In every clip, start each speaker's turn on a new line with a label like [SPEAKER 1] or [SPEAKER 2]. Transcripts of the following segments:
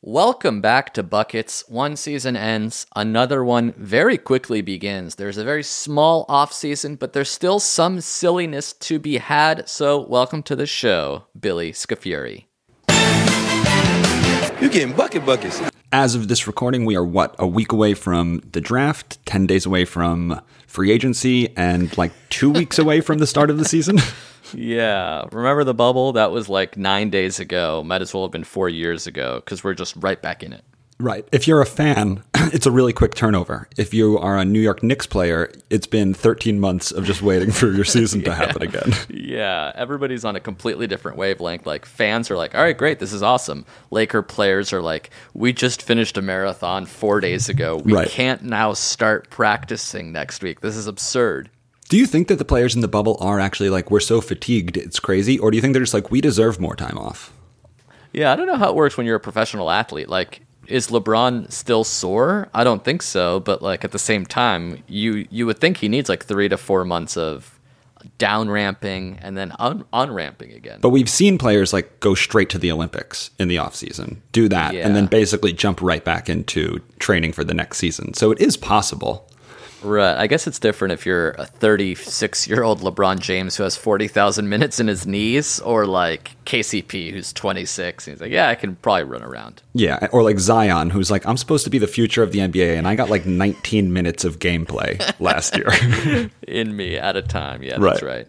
[SPEAKER 1] Welcome back to Buckets. One season ends, another one very quickly begins. There's a very small off season, but there's still some silliness to be had. So, welcome to the show, Billy Scafuri.
[SPEAKER 2] You getting bucket buckets.
[SPEAKER 3] As of this recording, we are what a week away from the draft, ten days away from free agency, and like two weeks away from the start of the season.
[SPEAKER 1] Yeah, remember the bubble? That was like nine days ago. Might as well have been four years ago because we're just right back in it.
[SPEAKER 3] Right. If you're a fan, it's a really quick turnover. If you are a New York Knicks player, it's been 13 months of just waiting for your season to happen again.
[SPEAKER 1] Yeah, everybody's on a completely different wavelength. Like fans are like, "All right, great, this is awesome." Laker players are like, "We just finished a marathon 4 days ago. We
[SPEAKER 3] Right.
[SPEAKER 1] can't now start practicing next week. This is absurd."
[SPEAKER 3] Do you think that the players in the bubble are actually like, we're so fatigued, it's crazy? Or do you think they're just like, we deserve more time off?
[SPEAKER 1] Yeah, I don't know how it works when you're a professional athlete. Like, is LeBron still sore? I don't think so, but like at the same time, you you would think he needs like three to four months of down ramping and then un- on ramping again.
[SPEAKER 3] But we've seen players like go straight to the Olympics in the offseason, do that,
[SPEAKER 1] Yeah.
[SPEAKER 3] and then basically jump right back into training for the next season. So it is possible.
[SPEAKER 1] right. I guess it's different if you're a 36 year old LeBron James who has 40,000 minutes in his knees, or like KCP who's 26 and he's like, yeah, I can probably run around.
[SPEAKER 3] Yeah. Or like Zion, who's like, I'm supposed to be the future of the NBA, and I got like 19 minutes of gameplay last year.
[SPEAKER 1] in me at a time. Yeah, that's right.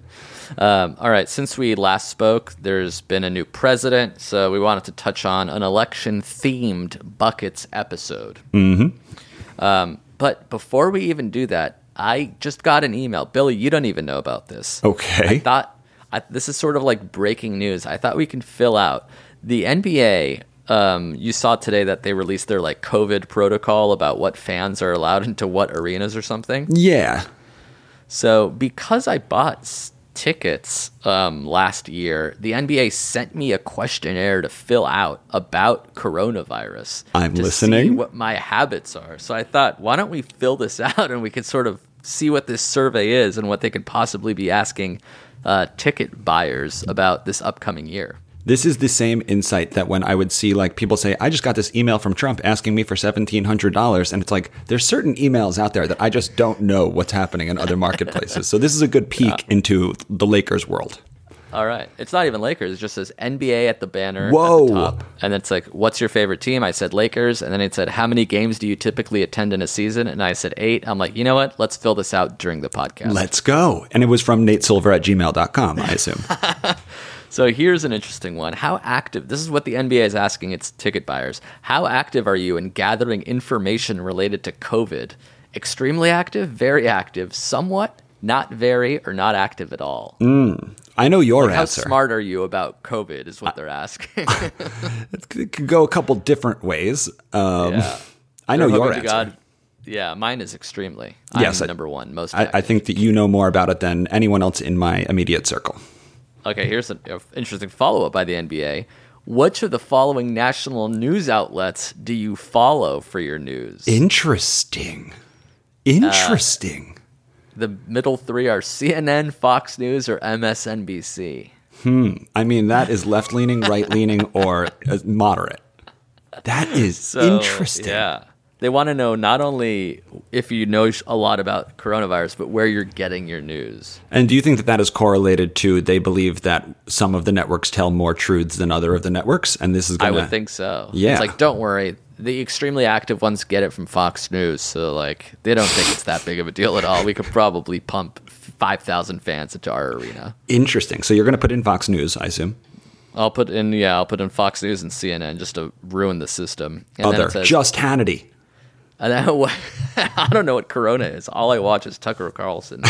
[SPEAKER 1] Um, all right. Since we last spoke, there's been a new president, so we wanted to touch on an election-themed buckets episode. Mm-hmm. Um, but before we even do that, I just got an email, Billy. You don't even know about this.
[SPEAKER 3] okay.
[SPEAKER 1] I thought I, this is sort of like breaking news. I thought we can fill out the NBA. Um, you saw today that they released their like COVID protocol about what fans are allowed into what arenas or something.
[SPEAKER 3] yeah.
[SPEAKER 1] So because I bought s- tickets um, last year, the NBA sent me a questionnaire to fill out about coronavirus.
[SPEAKER 3] I'm
[SPEAKER 1] to see
[SPEAKER 3] listening.
[SPEAKER 1] what my habits are. So I thought, why don't we fill this out and we can sort of see what this survey is and what they could possibly be asking uh, ticket buyers about this upcoming year.
[SPEAKER 3] This is the same insight that when I would see like people say, I just got this email from Trump asking me for $1,700. And it's like, there's certain emails out there that I just don't know what's happening in other marketplaces. so this is a good peek into the Lakers world.
[SPEAKER 1] All right. It's not even Lakers. It just says NBA at the banner. At
[SPEAKER 3] Whoa.
[SPEAKER 1] the top. And it's like, what's your favorite team? I said Lakers. And then it said, how many games do you typically attend in a season? And I said eight. I'm like, you know what? Let's fill this out during the podcast.
[SPEAKER 3] Let's go. And it was from Nate Silver at gmail.com, I assume.
[SPEAKER 1] So here's an interesting one. How active, this is what the NBA is asking its ticket buyers. How active are you in gathering information related to COVID? Extremely active, very active, somewhat, not very, or not active at all.
[SPEAKER 3] I know your
[SPEAKER 1] How
[SPEAKER 3] answer.
[SPEAKER 1] smart are you about COVID is what they're asking.
[SPEAKER 3] It could go a couple different ways. Um,
[SPEAKER 1] Yeah.
[SPEAKER 3] I know
[SPEAKER 1] They're
[SPEAKER 3] your
[SPEAKER 1] hoping to
[SPEAKER 3] answer.
[SPEAKER 1] God- yeah, mine is extremely.
[SPEAKER 3] Yes,
[SPEAKER 1] I'm
[SPEAKER 3] I-
[SPEAKER 1] number one. Most.
[SPEAKER 3] I, I
[SPEAKER 1] active.
[SPEAKER 3] think that you know more about it than anyone else in my immediate circle.
[SPEAKER 1] Okay, here's an uh, interesting follow up by the NBA. Which of the following national news outlets do you follow for your news?
[SPEAKER 3] Interesting. Interesting.
[SPEAKER 1] the middle three are CNN, Fox News, or MSNBC.
[SPEAKER 3] I mean, that is left leaning, right leaning, or uh, moderate. That is
[SPEAKER 1] So,
[SPEAKER 3] interesting.
[SPEAKER 1] Yeah. They want to know not only if you know sh- a lot about coronavirus, but where you're getting your news.
[SPEAKER 3] And do you think that that is correlated to they believe that some of the networks tell more truths than other of the networks? And this is
[SPEAKER 1] I
[SPEAKER 3] going
[SPEAKER 1] would think so.
[SPEAKER 3] Yeah.
[SPEAKER 1] It's like, don't worry. The extremely active ones get it from Fox News. So, like, they don't think it's that big of a deal at all. We could probably pump 5,000 fans into our arena.
[SPEAKER 3] interesting. So you're going to put in Fox News, I assume.
[SPEAKER 1] I'll put in yeah, I'll put in Fox News and CNN just to ruin the system. And then
[SPEAKER 3] Other,
[SPEAKER 1] it says-
[SPEAKER 3] Oh, just Hannity.
[SPEAKER 1] and then what- I don't know what Corona is. All I watch is Tucker Carlson.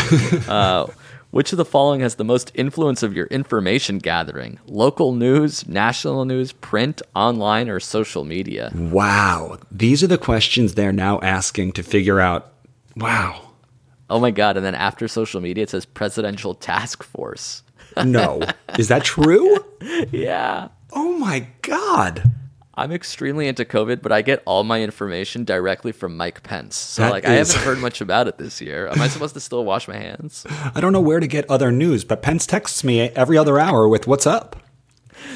[SPEAKER 1] uh, which of the following has the most influence of your information gathering? Local news, national news, print, online, or social media?
[SPEAKER 3] Wow. These are the questions they're now asking to figure out. Wow.
[SPEAKER 1] Oh my god! And then after social media, it says presidential task force.
[SPEAKER 3] No. Is that true?
[SPEAKER 1] Yeah.
[SPEAKER 3] Oh my God.
[SPEAKER 1] I'm extremely into COVID, but I get all my information directly from Mike Pence. So
[SPEAKER 3] That
[SPEAKER 1] like I
[SPEAKER 3] is-
[SPEAKER 1] haven't heard much about it this year. Am I supposed to still wash my hands?
[SPEAKER 3] I don't know where to get other news, but Pence texts me every other hour with what's up.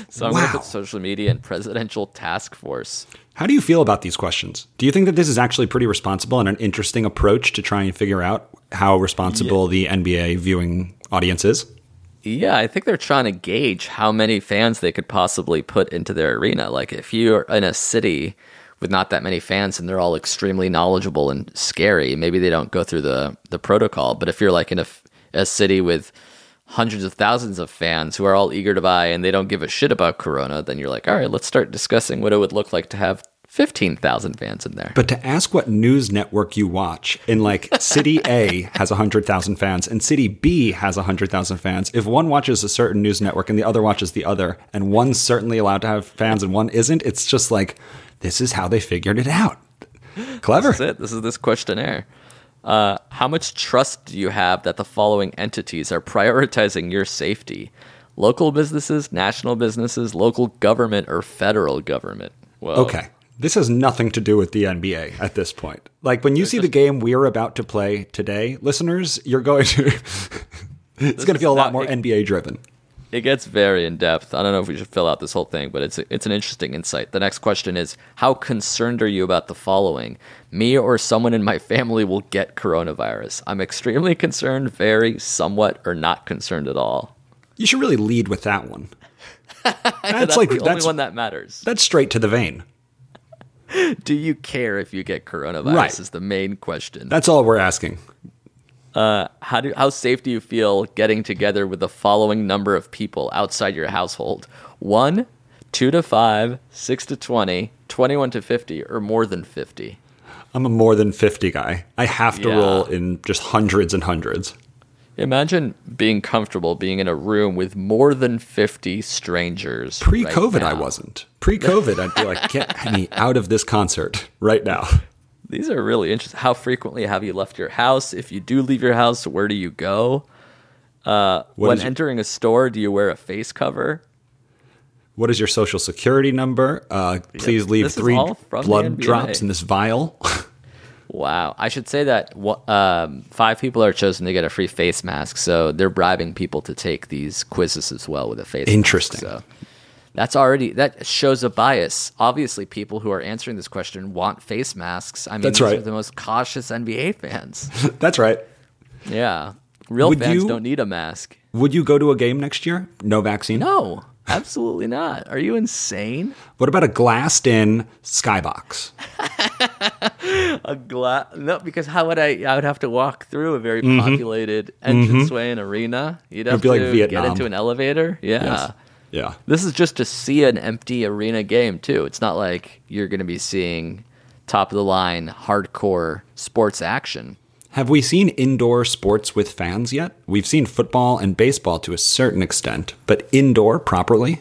[SPEAKER 1] So I'm going
[SPEAKER 3] Wow.
[SPEAKER 1] to put social media and presidential task force.
[SPEAKER 3] How do you feel about these questions? Do you think that this is actually pretty responsible and an interesting approach to try and figure out how responsible the NBA viewing audience is?
[SPEAKER 1] Yeah, I think they're trying to gauge how many fans they could possibly put into their arena. Like if you're in a city with not that many fans and they're all extremely knowledgeable and scary, maybe they don't go through the the protocol. But if you're like in a, f- a city with hundreds of thousands of fans who are all eager to buy and they don't give a shit about corona, then you're like, "All right, let's start discussing what it would look like to have 15,000 fans in there."
[SPEAKER 3] But to ask what news network you watch in like City A has 100,000 fans and City B has 100,000 fans, if one watches a certain news network and the other watches the other, and one's certainly allowed to have fans and one isn't, it's just like, this is how they figured it out. Clever.
[SPEAKER 1] That's it. This is this questionnaire. Uh, how much trust do you have that the following entities are prioritizing your safety? Local businesses, national businesses, local government, or federal government? Well,
[SPEAKER 3] Okay. This has nothing to do with the NBA at this point. Like when you see the game we're about to play today, listeners, you're going to. it's going to feel a lot
[SPEAKER 1] not-
[SPEAKER 3] more NBA driven.
[SPEAKER 1] It gets very in depth. I don't know if we should fill out this whole thing, but it's it's an interesting insight. The next question is how concerned are you about the following? Me or someone in my family will get coronavirus. I'm extremely concerned, very, somewhat, or not concerned at all.
[SPEAKER 3] You should really lead with that one. That's,
[SPEAKER 1] That's
[SPEAKER 3] like
[SPEAKER 1] the
[SPEAKER 3] that's,
[SPEAKER 1] only one that matters.
[SPEAKER 3] that's straight to the vein.
[SPEAKER 1] Do you care if you get coronavirus?
[SPEAKER 3] Right.
[SPEAKER 1] Is the main question.
[SPEAKER 3] That's all we're asking.
[SPEAKER 1] how do how safe do you feel getting together with the following number of people outside your household? One, two to five, six to 20, 21 to fifty, or more than fifty.
[SPEAKER 3] I'm a more than 50 guy. I have to
[SPEAKER 1] Yeah.
[SPEAKER 3] roll in just hundreds and hundreds.
[SPEAKER 1] Imagine being comfortable being in a room with more than fifty strangers. right
[SPEAKER 3] Pre COVID, I
[SPEAKER 1] now.
[SPEAKER 3] wasn't. Pre COVID, I'd be like, get me out of this concert right now.
[SPEAKER 1] These are really interesting. How frequently have you left your house? If you do leave your house, where do you go? Uh,
[SPEAKER 3] What
[SPEAKER 1] when
[SPEAKER 3] is-
[SPEAKER 1] entering a store, do you wear a face cover?
[SPEAKER 3] What is your social security number? Uh, please leave
[SPEAKER 1] this is
[SPEAKER 3] three
[SPEAKER 1] all from the
[SPEAKER 3] blood
[SPEAKER 1] NBA.
[SPEAKER 3] drops in this vial.
[SPEAKER 1] Wow. I should say that wha- um, five people are chosen to get a free face mask. So they're bribing people to take these quizzes as well with a face mask.
[SPEAKER 3] Interesting.
[SPEAKER 1] So that's already, that shows a bias. Obviously, people who are answering this question want face masks. I mean,
[SPEAKER 3] That's
[SPEAKER 1] these
[SPEAKER 3] right.
[SPEAKER 1] are the most cautious NBA fans.
[SPEAKER 3] That's right.
[SPEAKER 1] yeah. Real
[SPEAKER 3] Would
[SPEAKER 1] fans
[SPEAKER 3] you-
[SPEAKER 1] don't need a mask.
[SPEAKER 3] Would you go to a game next year? No vaccine?
[SPEAKER 1] No, absolutely not. Are you insane?
[SPEAKER 3] What about a glassed in skybox?
[SPEAKER 1] A gla- No, because how would I? I would have to walk through a very populated entranceway and arena. You'd have
[SPEAKER 3] Mm-hmm. be like
[SPEAKER 1] to
[SPEAKER 3] Vietnam.
[SPEAKER 1] get into an elevator. Yeah.
[SPEAKER 3] Yeah.
[SPEAKER 1] This is just to see an empty arena game too. It's not like you're going to be seeing top of the line hardcore sports action.
[SPEAKER 3] Have we seen indoor sports with fans yet? We've seen football and baseball to a certain extent, but indoor properly?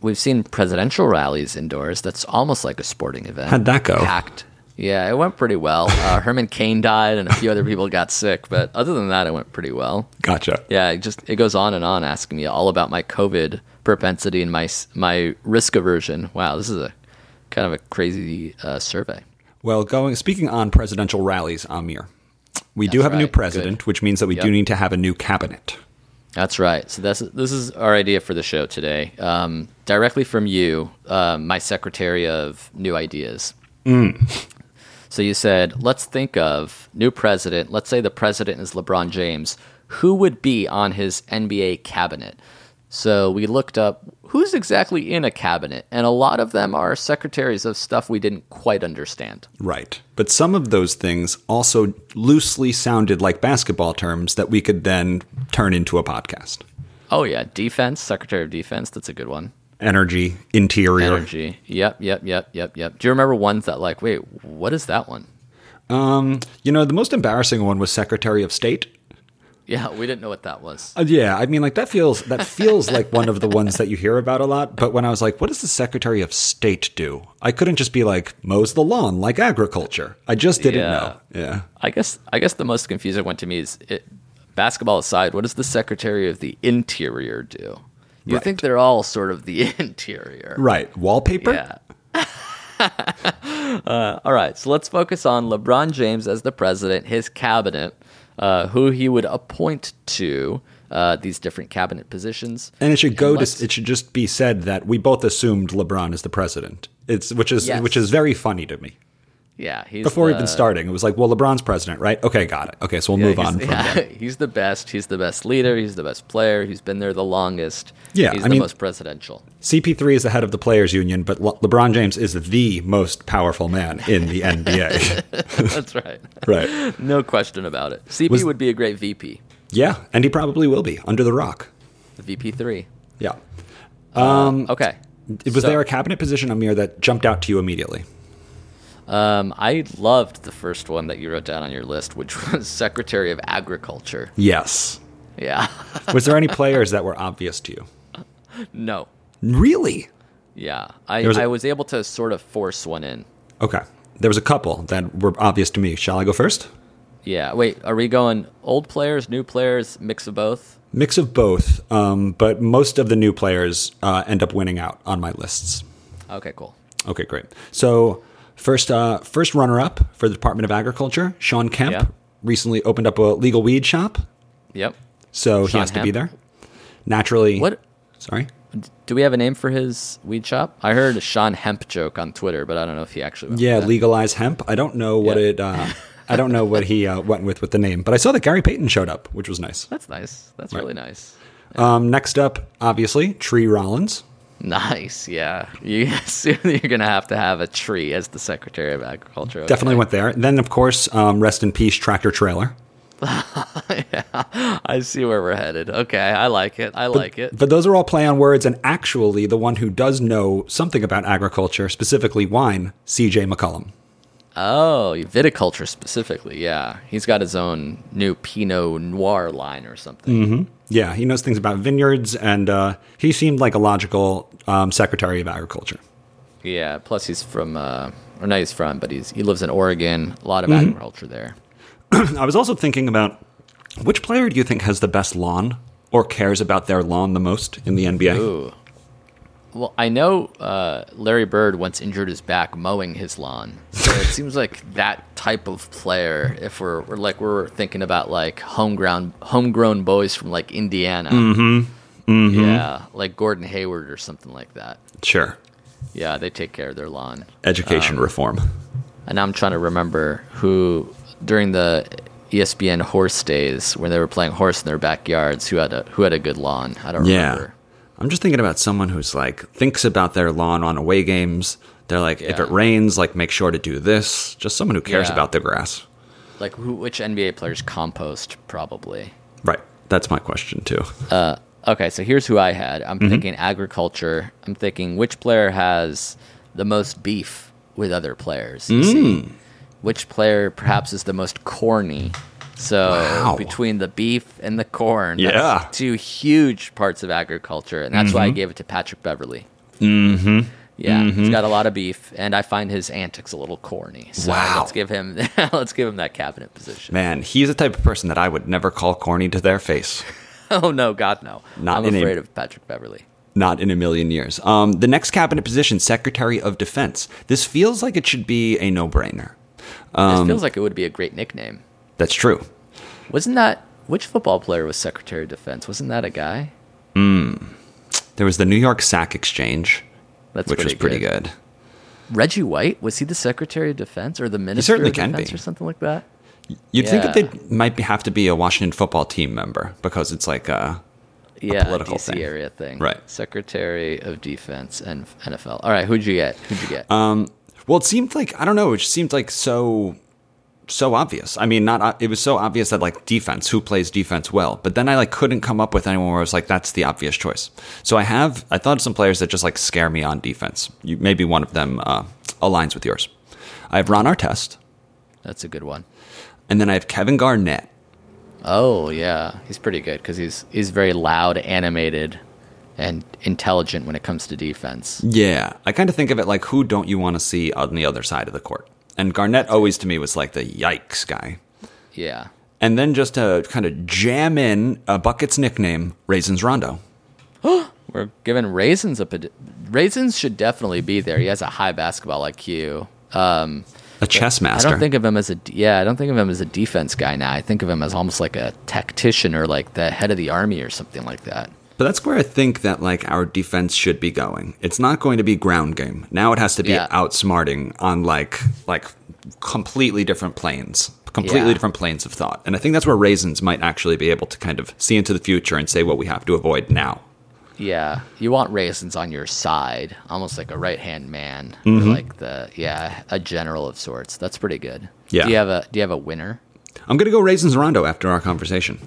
[SPEAKER 1] We've seen presidential rallies indoors. That's almost like a sporting event.
[SPEAKER 3] How'd that go?
[SPEAKER 1] Packed. Yeah, it went pretty well. Uh, Herman Cain died, and a few other people got sick, but other than that, it went pretty well.
[SPEAKER 3] Gotcha.
[SPEAKER 1] Yeah, it just it goes on and on asking me all about my COVID propensity and my s- my risk aversion. Wow, this is a kind of a crazy uh, survey.
[SPEAKER 3] Well, going speaking on presidential rallies, Amir, we do have a new
[SPEAKER 1] right.
[SPEAKER 3] president, which means that we do
[SPEAKER 1] Yep.
[SPEAKER 3] need to have a new cabinet.
[SPEAKER 1] That's right. So that's this is our idea for the show today, um, directly from you, um, my secretary of new ideas. So you said, let's think of new president. Let's say the president is LeBron James. Who would be on his NBA cabinet? So we looked up who's exactly in a cabinet, and a lot of them are secretaries of stuff we didn't quite understand.
[SPEAKER 3] Right. But some of those things also loosely sounded like basketball terms that we could then turn into a podcast.
[SPEAKER 1] Oh yeah, defense, secretary of defense. That's a good one.
[SPEAKER 3] energy interior.
[SPEAKER 1] Energy. Yep, yep, yep, yep, yep. Do you remember ones that like, wait, what is that one?
[SPEAKER 3] Um, you know, the most embarrassing one was Secretary of State.
[SPEAKER 1] Yeah, we didn't know what that was.
[SPEAKER 3] Uh, yeah, I mean, like that feels that feels like one of the ones that you hear about a lot. But when I was like, "What does the Secretary of State do?" I couldn't just be like mows the lawn like agriculture. I just didn't
[SPEAKER 1] Yeah.
[SPEAKER 3] know. Yeah,
[SPEAKER 1] I guess I guess the most confusing one to me is it, basketball aside, what does the Secretary of the Interior do? You think they're all sort of the interior.
[SPEAKER 3] right. Wallpaper.
[SPEAKER 1] Yeah. Uh, all right, so let's focus on LeBron James as the president, his cabinet, uh, who he would appoint to uh, these different cabinet positions.
[SPEAKER 3] And it should go
[SPEAKER 1] let's-
[SPEAKER 3] to. It should just be said that we both assumed LeBron is the president. It's which is
[SPEAKER 1] Yes.
[SPEAKER 3] which is very funny to me.
[SPEAKER 1] Yeah, he's
[SPEAKER 3] Before even
[SPEAKER 1] the-
[SPEAKER 3] starting, it was like, well, LeBron's president, right? Okay, got it. Okay, so we'll move
[SPEAKER 1] he's-
[SPEAKER 3] on. From
[SPEAKER 1] yeah, he's the best. He's the best leader. He's the best player. He's been there the longest.
[SPEAKER 3] Yeah,
[SPEAKER 1] he's
[SPEAKER 3] I
[SPEAKER 1] the
[SPEAKER 3] mean-
[SPEAKER 1] most presidential.
[SPEAKER 3] CP3 is the head of the players union, but Le- LeBron James is the most powerful man in the NBA.
[SPEAKER 1] That's right.
[SPEAKER 3] right.
[SPEAKER 1] No question about it. CP
[SPEAKER 3] Was-
[SPEAKER 1] would be a great VP.
[SPEAKER 3] Yeah, and he probably will be under the rock.
[SPEAKER 1] VP three.
[SPEAKER 3] Yeah.
[SPEAKER 1] Okay.
[SPEAKER 3] Was
[SPEAKER 1] So-
[SPEAKER 3] there a cabinet position, Amir, that jumped out to you immediately?
[SPEAKER 1] Um, I loved the first one that you wrote down on your list, which was Secretary of Agriculture.
[SPEAKER 3] Yes.
[SPEAKER 1] Yeah.
[SPEAKER 3] Was there any players that were obvious to you?
[SPEAKER 1] no.
[SPEAKER 3] Really?
[SPEAKER 1] Yeah. I,
[SPEAKER 3] was a-
[SPEAKER 1] I was able to sort of force one in.
[SPEAKER 3] Okay. There was a couple that were obvious to me. Shall I go first?
[SPEAKER 1] Yeah. Wait, are we going old players, new players, mix of both?
[SPEAKER 3] Mix of both, um, but most of the new players uh, end up winning out on my lists.
[SPEAKER 1] Okay, cool.
[SPEAKER 3] Okay, great. So first, uh, first runner-up for the Department of Agriculture, Sean Kemp
[SPEAKER 1] Yeah.
[SPEAKER 3] recently opened up a legal weed shop,
[SPEAKER 1] Yep.
[SPEAKER 3] so he
[SPEAKER 1] Sean
[SPEAKER 3] has to
[SPEAKER 1] Hemp.
[SPEAKER 3] be there. Naturally,
[SPEAKER 1] What
[SPEAKER 3] Sorry,
[SPEAKER 1] do we have a name for his weed shop? I heard a Sean Hemp joke on Twitter, but I don't know if he actually went
[SPEAKER 3] yeah,
[SPEAKER 1] with that.
[SPEAKER 3] legalize hemp. I don't know what
[SPEAKER 1] Yeah.
[SPEAKER 3] it. Uh, I don't know what he uh, went with with the name, but I saw that Gary Payton showed up, which was nice.
[SPEAKER 1] That's nice. That's really nice.
[SPEAKER 3] Um, next up, obviously, Tree Rollins.
[SPEAKER 1] Nice, yeah. You soon you're gonna have to have a tree as the Secretary of Agriculture. okay.
[SPEAKER 3] Definitely went there. Then, of course, um, rest in peace, Tractor Trailer.
[SPEAKER 1] I see where we're headed. Okay, I like it. I like it.
[SPEAKER 3] But those are all play on words, and actually, the one who does know something about agriculture, specifically wine, C.J. McCollum.
[SPEAKER 1] Oh, viticulture specifically. Yeah, he's got his own new Pinot Noir line or something.
[SPEAKER 3] Mm. Yeah, he knows things about vineyards, and uh, he seemed like a logical um, Secretary of Agriculture.
[SPEAKER 1] Yeah. Plus, he's from uh, or not he's from, but he's he lives in Oregon. A lot of
[SPEAKER 3] Mm-hmm.
[SPEAKER 1] agriculture there.
[SPEAKER 3] I was also thinking about which player do you think has the best lawn or cares about their lawn the most in the NBA?
[SPEAKER 1] Well, I know uh, Larry Bird once injured his back mowing his lawn. So it seems like that type of player. If we're, we're like we're thinking about like homegrown homegrown boys from like Indiana, yeah, like Gordon Hayward or something like that.
[SPEAKER 3] Sure.
[SPEAKER 1] Yeah, they take care of their lawn. Um,
[SPEAKER 3] Education reform.
[SPEAKER 1] And I'm trying to remember who during the E ESPN horse days when they were playing horse in their backyards who had a who had a good lawn. I don't
[SPEAKER 3] Yeah.
[SPEAKER 1] remember.
[SPEAKER 3] I'm just thinking about someone who's like thinks about their lawn on away games. They're like, if
[SPEAKER 1] Yeah.
[SPEAKER 3] it rains, like make sure to do this. Just someone who cares
[SPEAKER 1] Yeah.
[SPEAKER 3] about the grass.
[SPEAKER 1] Like who, which NBA players compost probably.
[SPEAKER 3] Right. That's my question too.
[SPEAKER 1] Uh, Okay, so here's who I had. I'm
[SPEAKER 3] Mm-hmm.
[SPEAKER 1] thinking agriculture. I'm thinking which player has the most beef with other players. you
[SPEAKER 3] Mm.
[SPEAKER 1] see? Which player perhaps is the most corny. So
[SPEAKER 3] Wow.
[SPEAKER 1] between the beef and the corn,
[SPEAKER 3] Yeah. Mm-hmm.
[SPEAKER 1] that's two huge parts of agriculture, and that's why I gave it to Patrick Beverly. Mm-hmm. Yeah, he's got a lot of beef, and I find his antics a little corny. So
[SPEAKER 3] Wow.
[SPEAKER 1] let's give him let's give him that cabinet position.
[SPEAKER 3] Man, he's the type of person that I would never call corny to their face.
[SPEAKER 1] Oh no, God no!
[SPEAKER 3] Not
[SPEAKER 1] I'm
[SPEAKER 3] in a-
[SPEAKER 1] afraid of Patrick Beverly.
[SPEAKER 3] Not in a million years. Um, the next cabinet position, Secretary of Defense. This feels like it should be a no brainer. Um,
[SPEAKER 1] this feels like it would be a great nickname.
[SPEAKER 3] That's true.
[SPEAKER 1] Wasn't that which football player was Secretary of Defense? Wasn't that a guy?
[SPEAKER 3] There was the New York Sack Exchange,
[SPEAKER 1] That's
[SPEAKER 3] which was pretty good.
[SPEAKER 1] Reggie White was he the Secretary of Defense or the Minister
[SPEAKER 3] certainly
[SPEAKER 1] of
[SPEAKER 3] can
[SPEAKER 1] Defense
[SPEAKER 3] be.
[SPEAKER 1] or something like that?
[SPEAKER 3] You'd think that
[SPEAKER 1] Yeah.
[SPEAKER 3] they might be- have to be a Washington football team member because it's like, uh,
[SPEAKER 1] Yeah,
[SPEAKER 3] political
[SPEAKER 1] DC
[SPEAKER 3] thing.
[SPEAKER 1] area thing.
[SPEAKER 3] Right.
[SPEAKER 1] Secretary of Defense and
[SPEAKER 3] Uh,
[SPEAKER 1] NFL. All right, who'd you get? Who'd you get?
[SPEAKER 3] well, it seemed like I don't know. It just seemed like so so obvious. I mean, not uh, it was so obvious that like defense, who plays defense well. But then I like couldn't come up with anyone where I was like, that's the obvious choice. So I have I thought of some players that just like scare me on defense. You, maybe one of them uh, aligns with yours. I have Ron Artest,
[SPEAKER 1] That's a good one.
[SPEAKER 3] and then I have Kevin Garnett.
[SPEAKER 1] Oh yeah, he's pretty good because he's he's very loud, animated, and intelligent when it comes to defense.
[SPEAKER 3] Yeah, I kind of think of it like who don't you want to see on the other side of the court? And Garnett always to me was like the yikes guy.
[SPEAKER 1] Yeah,
[SPEAKER 3] And then just to kind of jam in a bucket's nickname, Raisins Rondo.
[SPEAKER 1] we're giving raisins a pod- raisins should definitely be there. He has a high basketball IQ. Um,
[SPEAKER 3] A chess master.
[SPEAKER 1] I don't think of him as a yeah. I don't think of him as a defense guy now. I think of him as almost like a tactician or like the head of the army or something like that.
[SPEAKER 3] But that's where I think that like our defense should be going. It's not going to be ground game. Now it has to be
[SPEAKER 1] Yeah.
[SPEAKER 3] outsmarting on like like completely different planes, completely
[SPEAKER 1] Yeah.
[SPEAKER 3] different planes of thought. And I think that's where raisins might actually be able to kind of see into the future and say what we have to avoid now.
[SPEAKER 1] Yeah, you want raisins on your side, almost like a right hand man, or like the yeah, a general of sorts. That's pretty good.
[SPEAKER 3] Yeah.
[SPEAKER 1] Do you have a Do you have a winner?
[SPEAKER 3] I'm gonna go raisins Rondo after our conversation.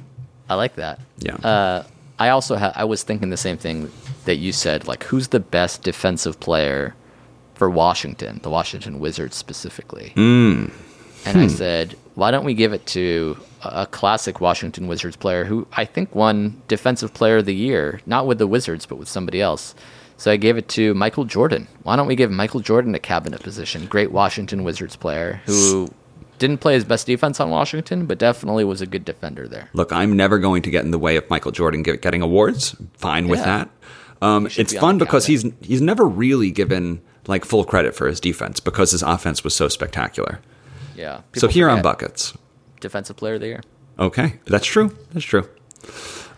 [SPEAKER 1] I like that.
[SPEAKER 3] Yeah.
[SPEAKER 1] Uh, I also ha- I was thinking the same thing that you said. Like, who's the best defensive player for Washington, the Washington Wizards specifically? Mm.
[SPEAKER 3] Hmm.
[SPEAKER 1] And I said, why don't we give it to a a classic Washington Wizards player who I think won Defensive Player of the Year, not with the Wizards, but with somebody else. So I gave it to Michael Jordan. Why don't we give Michael Jordan a cabinet position? Great Washington Wizards player who didn't play his best defense on Washington, but definitely was a good defender there.
[SPEAKER 3] Look, I'm never going to get in the way of Michael Jordan get- getting awards. Fine with
[SPEAKER 1] Yeah.
[SPEAKER 3] that. Um,
[SPEAKER 1] should
[SPEAKER 3] it's
[SPEAKER 1] be on
[SPEAKER 3] fun
[SPEAKER 1] the
[SPEAKER 3] because he's he's never really given like full credit for his defense because his offense was so spectacular.
[SPEAKER 1] Yeah.
[SPEAKER 3] so here on
[SPEAKER 1] forget
[SPEAKER 3] buckets.
[SPEAKER 1] Defensive player of the year.
[SPEAKER 3] Okay, that's true. That's true.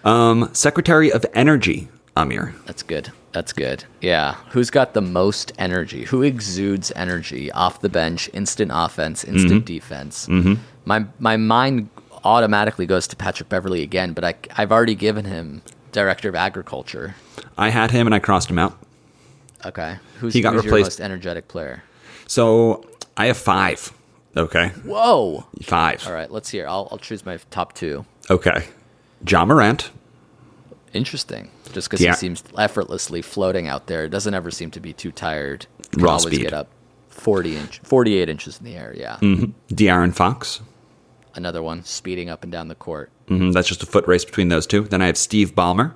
[SPEAKER 3] Um, Secretary of Energy, Amir.
[SPEAKER 1] That's good. That's good. Yeah. Who's got the most energy? Who exudes energy off the bench? Instant offense, instant
[SPEAKER 3] Mm-hmm.
[SPEAKER 1] defense. My my mind automatically goes to Patrick Beverly again, but I I've already given him director of agriculture.
[SPEAKER 3] I had him and I crossed him out.
[SPEAKER 1] Okay. Who's,
[SPEAKER 3] He got
[SPEAKER 1] who's your
[SPEAKER 3] replaced-
[SPEAKER 1] most energetic player?
[SPEAKER 3] So I have five. Okay,
[SPEAKER 1] Whoa.
[SPEAKER 3] five.
[SPEAKER 1] All right. Let's hear. I'll I'll choose my top two.
[SPEAKER 3] Okay, John Morant.
[SPEAKER 1] Interesting. Just because
[SPEAKER 3] Yeah.
[SPEAKER 1] he seems effortlessly floating out there, It doesn't ever seem to be too tired. Can
[SPEAKER 3] Raw
[SPEAKER 1] always
[SPEAKER 3] speed.
[SPEAKER 1] get up forty inch, forty eight inches in the air. Yeah,
[SPEAKER 3] De'Aaron Fox.
[SPEAKER 1] another one speeding up and down the court.
[SPEAKER 3] hmm that's just a foot race between those two. Then I have Steve Ballmer.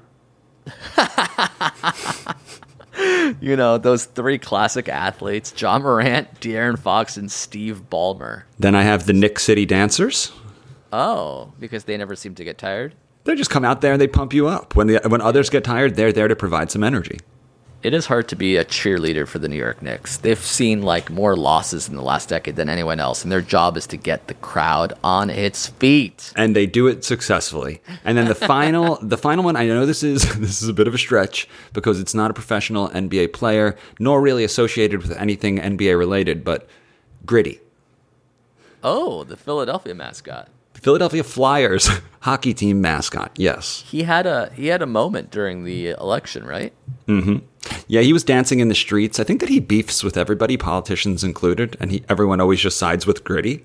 [SPEAKER 1] You know those three classic athletes: John Morant, De'Aaron Fox, and Steve Ballmer.
[SPEAKER 3] Then I have the Nick City Dancers.
[SPEAKER 1] Oh, because they never seem to get tired.
[SPEAKER 3] They just come out there and they pump you up. When the, when others get tired, they're there to provide some energy.
[SPEAKER 1] It is hard to be a cheerleader for the New York Knicks. They've seen like more losses in the last decade than anyone else, and their job is to get the crowd on its feet.
[SPEAKER 3] and they do it successfully. And then the final, the final one. I know this is this is a bit of a stretch because it's not a professional NBA player, nor really associated with anything NBA related. But gritty,
[SPEAKER 1] Oh, the Philadelphia mascot.
[SPEAKER 3] Philadelphia Flyers hockey team mascot. Yes,
[SPEAKER 1] he had a he had a moment during the election, right?
[SPEAKER 3] yeah, he was dancing in the streets. I think that he beefs with everybody, politicians included, and he everyone always just sides with gritty.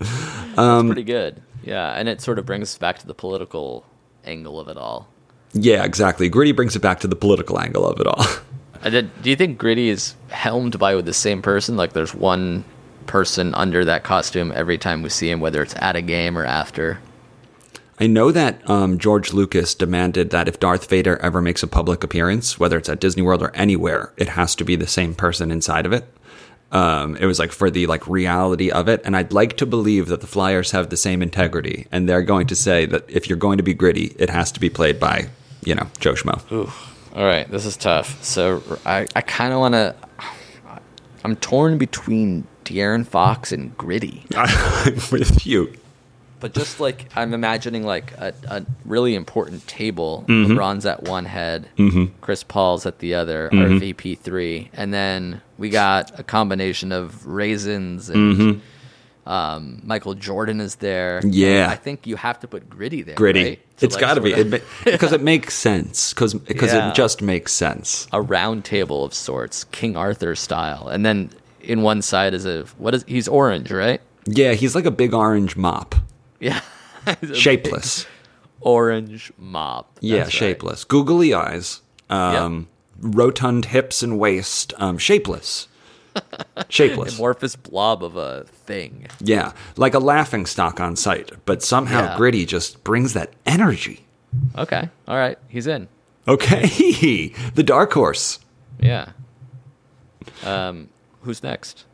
[SPEAKER 1] That's pretty good. Yeah, and it sort of brings us back to the political angle of it all.
[SPEAKER 3] yeah, exactly. Gritty brings it back to the political angle of it all.
[SPEAKER 1] And then, Uh, do you think Gritty is helmed by the same person? Like, there's one person under that costume every time we see him, whether it's at a game or after.
[SPEAKER 3] I know that um, George Lucas demanded that if Darth Vader ever makes a public appearance, whether it's at Disney World or anywhere, it has to be the same person inside of it. Um, it was like for the like reality of it, and I'd like to believe that the Flyers have the same integrity, and they're going to say that if you're going to be gritty, it has to be played by you know Joe Schmo.
[SPEAKER 1] All right, this is tough. So I I kind of want to. I'm torn between De'Aaron Fox and Gritty.
[SPEAKER 3] I'm with you.
[SPEAKER 1] But just like I'm imagining, like a, a really important table.
[SPEAKER 3] Mm-hmm.
[SPEAKER 1] LeBron's at one head, Chris Paul's at the other,
[SPEAKER 3] Mm-hmm.
[SPEAKER 1] RVP three, and then we got a combination of raisins and um, Michael Jordan is there.
[SPEAKER 3] Mm-hmm. Yeah.
[SPEAKER 1] And I think you have to put gritty there.
[SPEAKER 3] Gritty.
[SPEAKER 1] right?
[SPEAKER 3] It's
[SPEAKER 1] To, like,
[SPEAKER 3] got to be
[SPEAKER 1] sort of
[SPEAKER 3] It ma- because it makes sense because because
[SPEAKER 1] Yeah.
[SPEAKER 3] it just makes sense.
[SPEAKER 1] a round table of sorts, King Arthur style, and then in one side is a what is he's orange, right?
[SPEAKER 3] Yeah, he's like a big orange mop,
[SPEAKER 1] Yeah. It's a
[SPEAKER 3] shapeless.
[SPEAKER 1] big Orange mob.
[SPEAKER 3] yeah,
[SPEAKER 1] That's right.
[SPEAKER 3] shapeless. Googly eyes, um, rotund hips and waist, um, shapeless. Shapeless.
[SPEAKER 1] Amorphous blob of a thing.
[SPEAKER 3] Yeah, like a laughing stock on site, but somehow
[SPEAKER 1] Yeah.
[SPEAKER 3] Gritty just brings that energy.
[SPEAKER 1] Okay. All right. He's in.
[SPEAKER 3] Okay, the dark horse.
[SPEAKER 1] Yeah. Um, who's next?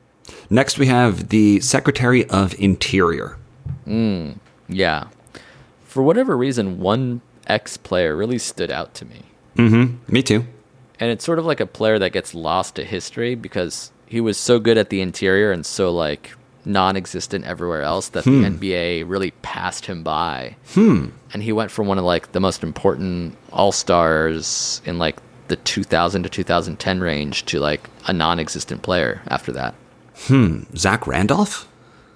[SPEAKER 3] Next, we have the Secretary of Interior.
[SPEAKER 1] Yeah. For whatever reason, one X player really stood out to me.
[SPEAKER 3] Me too.
[SPEAKER 1] And it's sort of like a player that gets lost to history because he was so good at the interior and so like non-existent everywhere else that the NBA really passed him by. Hmm. And he went from one of like the most important all-stars in like the 2000 to 2010 range to like a non-existent player after that.
[SPEAKER 3] Zach Randolph?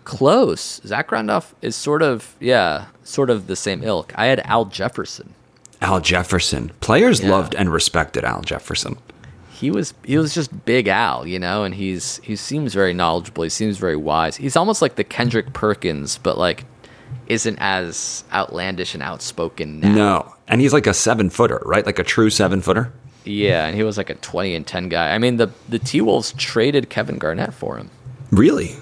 [SPEAKER 1] Close. Zach Randolph is sort of yeah, sort of the same ilk. I had Al Jefferson.
[SPEAKER 3] Al Jefferson. Players
[SPEAKER 1] Yeah.
[SPEAKER 3] loved and respected Al Jefferson.
[SPEAKER 1] he was he was just big Al, you know, and he's he seems very knowledgeable. He seems very wise. He's almost like the Kendrick Perkins, but like isn't as outlandish and outspoken now.
[SPEAKER 3] No. And he's like a seven footer, right? Like a true seven footer.
[SPEAKER 1] Yeah, and he was like a twenty and ten guy. I mean, the the T Wolves traded Kevin Garnett for him.
[SPEAKER 3] Really?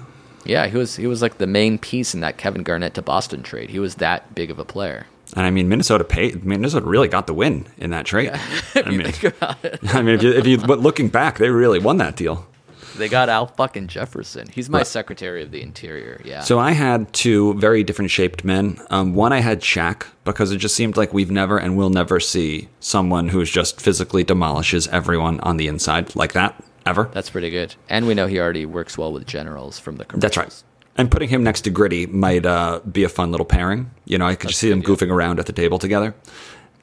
[SPEAKER 1] Yeah, he was he was like the main piece in that Kevin Garnett to Boston trade. He was that big of a player.
[SPEAKER 3] And I mean, Minnesota paid. Minnesota really got the win in that trade. I mean, I mean, if you, if you but looking back, they really won that deal.
[SPEAKER 1] They got Al fucking Jefferson. He's my
[SPEAKER 3] Right.
[SPEAKER 1] Secretary of the Interior. Yeah.
[SPEAKER 3] So I had two very different shaped men. Um, one I had Shaq because it just seemed like we've never and will never see someone who's just physically demolishes everyone on the inside like that ever.
[SPEAKER 1] that's pretty good. And we know he already works well with generals from the commercials.
[SPEAKER 3] That's right. And putting him next to Gritty might uh, be a fun little pairing. You know, I could just see them goofing around at the table together.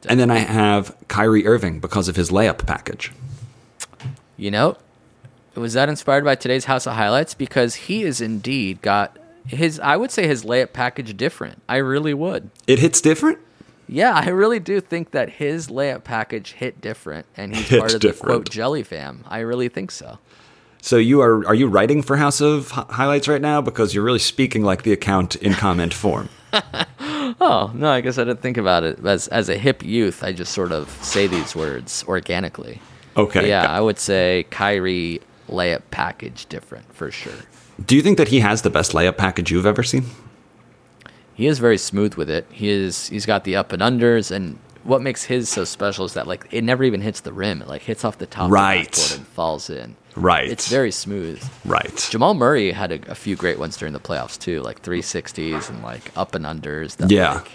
[SPEAKER 3] And then I have Kyrie Irving because of his layup package.
[SPEAKER 1] You know, was that inspired by today's House of Highlights? Because he is indeed got his, I would say his layup package different. I really would.
[SPEAKER 3] It hits different.
[SPEAKER 1] Yeah, I really do think that his layup package hit different and he's
[SPEAKER 3] Hit
[SPEAKER 1] part of the
[SPEAKER 3] different.
[SPEAKER 1] quote jelly fam. I really think so.
[SPEAKER 3] So you are are you writing for House of Hi- Highlights right now because you're really speaking like the account in comment form.
[SPEAKER 1] Oh, no, I guess I didn't think about it. As, as a hip youth, I just sort of say these words organically.
[SPEAKER 3] Okay.
[SPEAKER 1] yeah, I would say Kyrie layup package different for sure.
[SPEAKER 3] Do you think that he has the best layup package you've ever seen?
[SPEAKER 1] he is very smooth with it. He is he's got the up and unders and what makes his so special is that like it never even hits the rim. It like hits off the top of the
[SPEAKER 3] Right.
[SPEAKER 1] backboard and falls in.
[SPEAKER 3] Right.
[SPEAKER 1] It's very smooth.
[SPEAKER 3] Right.
[SPEAKER 1] Jamal Murray had a, a few great ones during the playoffs too, like 360s and like up and unders. That,
[SPEAKER 3] Yeah. Mm-hmm.
[SPEAKER 1] like,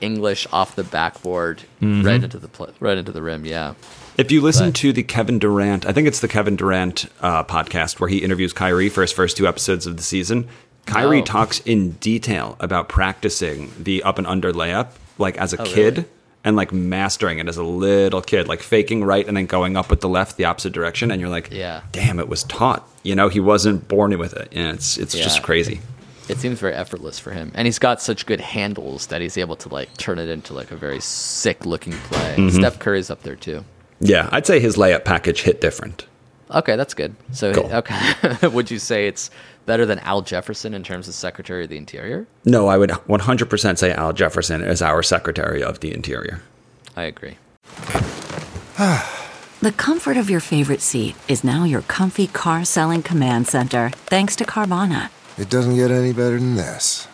[SPEAKER 1] English off the backboard, right into the pl- right into the rim. Yeah.
[SPEAKER 3] If you listen
[SPEAKER 1] But-
[SPEAKER 3] to the Kevin Durant, I think it's the Kevin Durant uh, podcast where he interviews Kyrie for his first two episodes of the season. Kyrie
[SPEAKER 1] Oh.
[SPEAKER 3] talks in detail about practicing the up and under layup, like as a
[SPEAKER 1] Oh, really?
[SPEAKER 3] kid, and like mastering it as a little kid, like faking right and then going up with the left, the opposite direction. And you're like,
[SPEAKER 1] Yeah.
[SPEAKER 3] damn, it was taught. You know, he wasn't born with it. And it's it's just
[SPEAKER 1] Yeah.
[SPEAKER 3] crazy.
[SPEAKER 1] It seems very effortless for him, and he's got such good handles that he's able to like turn it into like a very sick looking play.
[SPEAKER 3] Mm-hmm.
[SPEAKER 1] Steph Curry's up there too.
[SPEAKER 3] Yeah, I'd say his layup package hit different.
[SPEAKER 1] Okay, that's good. So,
[SPEAKER 3] Cool.
[SPEAKER 1] okay, would you say it's better than Al Jefferson in terms of Secretary of the Interior?
[SPEAKER 3] No, I would 100% say Al Jefferson is our Secretary of the Interior.
[SPEAKER 1] I agree.
[SPEAKER 2] The comfort of your favorite seat is now your comfy car selling command center, thanks to Carvana.
[SPEAKER 4] It doesn't get any better than this.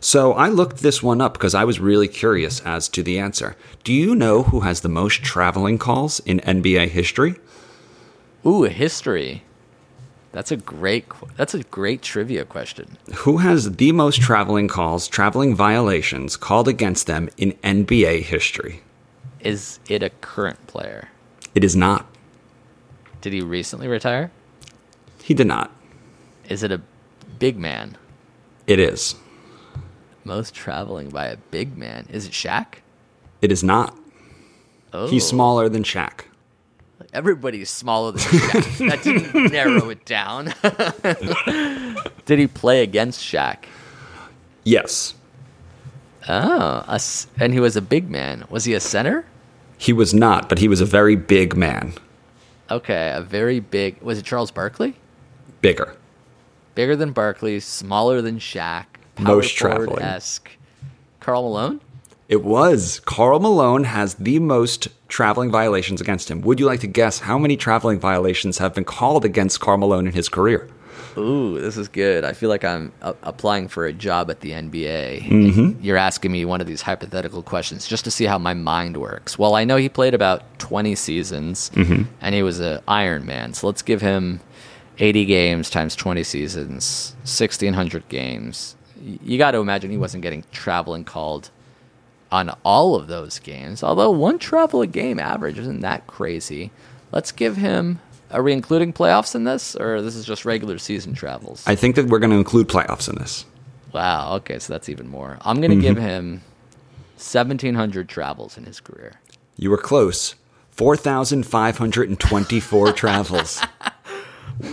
[SPEAKER 3] So I looked this one up because I was really curious as to the answer. Do you know who has the most traveling calls in NBA history?
[SPEAKER 1] Ooh, history. That's a great. qu- That's a great trivia question.
[SPEAKER 3] Who has the most traveling calls, traveling violations called against them in NBA history?
[SPEAKER 1] Is it a current player?
[SPEAKER 3] It is not.
[SPEAKER 1] Did he recently retire?
[SPEAKER 3] He did not.
[SPEAKER 1] Is it a big man?
[SPEAKER 3] It is.
[SPEAKER 1] Most traveling by a big man. Is it Shaq?
[SPEAKER 3] It is not.
[SPEAKER 1] Oh.
[SPEAKER 3] He's smaller than Shaq.
[SPEAKER 1] Everybody's smaller than Shaq. that didn't narrow it down. Did he play against Shaq?
[SPEAKER 3] Yes.
[SPEAKER 1] Oh, a s and he was a big man. Was he a center?
[SPEAKER 3] He was not, but he was a very big man.
[SPEAKER 1] Okay, a very big. Was it Charles Barkley?
[SPEAKER 3] Bigger.
[SPEAKER 1] Bigger than Barkley, smaller than Shaq.
[SPEAKER 3] Most traveling.
[SPEAKER 1] esque. Carl Malone.
[SPEAKER 3] It was. Carl Malone has the most traveling violations against him. Would you like to guess how many traveling violations have been called against Carl Malone in his career?
[SPEAKER 1] Ooh, this is good. I feel like I'm a- applying for a job at the NBA. You're asking me one of these hypothetical questions just to see how my mind works. Well, I know he played about 20 seasons and he was an Iron Man. So let's give him 80 games times 20 seasons, 1,600 games. Y- You got to imagine he wasn't getting traveling called on all of those games, although one travel a game average isn't that crazy. Let's give him. Are we including playoffs in this, or this is just regular season travels?
[SPEAKER 3] I think that we're going to include playoffs in this.
[SPEAKER 1] wow. Okay, so that's even more. I'm gonna give
[SPEAKER 3] Mm-hmm.
[SPEAKER 1] him 1,700 travels in his career.
[SPEAKER 3] You were close. 4,524 travels.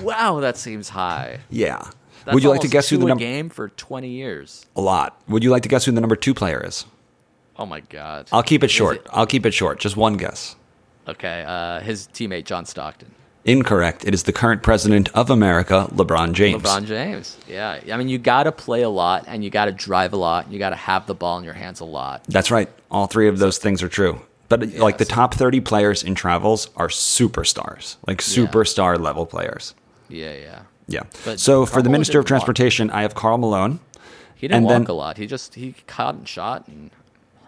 [SPEAKER 1] Wow, that seems high.
[SPEAKER 3] Yeah.
[SPEAKER 1] That's
[SPEAKER 3] Would you like to
[SPEAKER 1] almost
[SPEAKER 3] guess who
[SPEAKER 1] two
[SPEAKER 3] the
[SPEAKER 1] a
[SPEAKER 3] number
[SPEAKER 1] game for 20 years?
[SPEAKER 3] a lot? Would you like to guess who the number 2 player is?
[SPEAKER 1] Oh my god.
[SPEAKER 3] I'll keep it
[SPEAKER 1] Is
[SPEAKER 3] short. I'll keep it short. Just one guess.
[SPEAKER 1] okay, uh, his teammate John Stockton.
[SPEAKER 3] Incorrect. It is the current president of America, LeBron James.
[SPEAKER 1] LeBron James. Yeah. I mean, you got to play a lot and you got to drive a lot. And you got to have the ball in your hands a lot.
[SPEAKER 3] That's right. All three of those things are true. But like the top 30 players in travels are superstars, like superstar level players.
[SPEAKER 1] Yeah, yeah.
[SPEAKER 3] Yeah.
[SPEAKER 1] But
[SPEAKER 3] so for the
[SPEAKER 1] Carmelo
[SPEAKER 3] Minister
[SPEAKER 1] didn't
[SPEAKER 3] of
[SPEAKER 1] walk.
[SPEAKER 3] Transportation, I have Carl Malone.
[SPEAKER 1] He didn't
[SPEAKER 3] And
[SPEAKER 1] walk
[SPEAKER 3] then-
[SPEAKER 1] a lot. He just he caught and shot and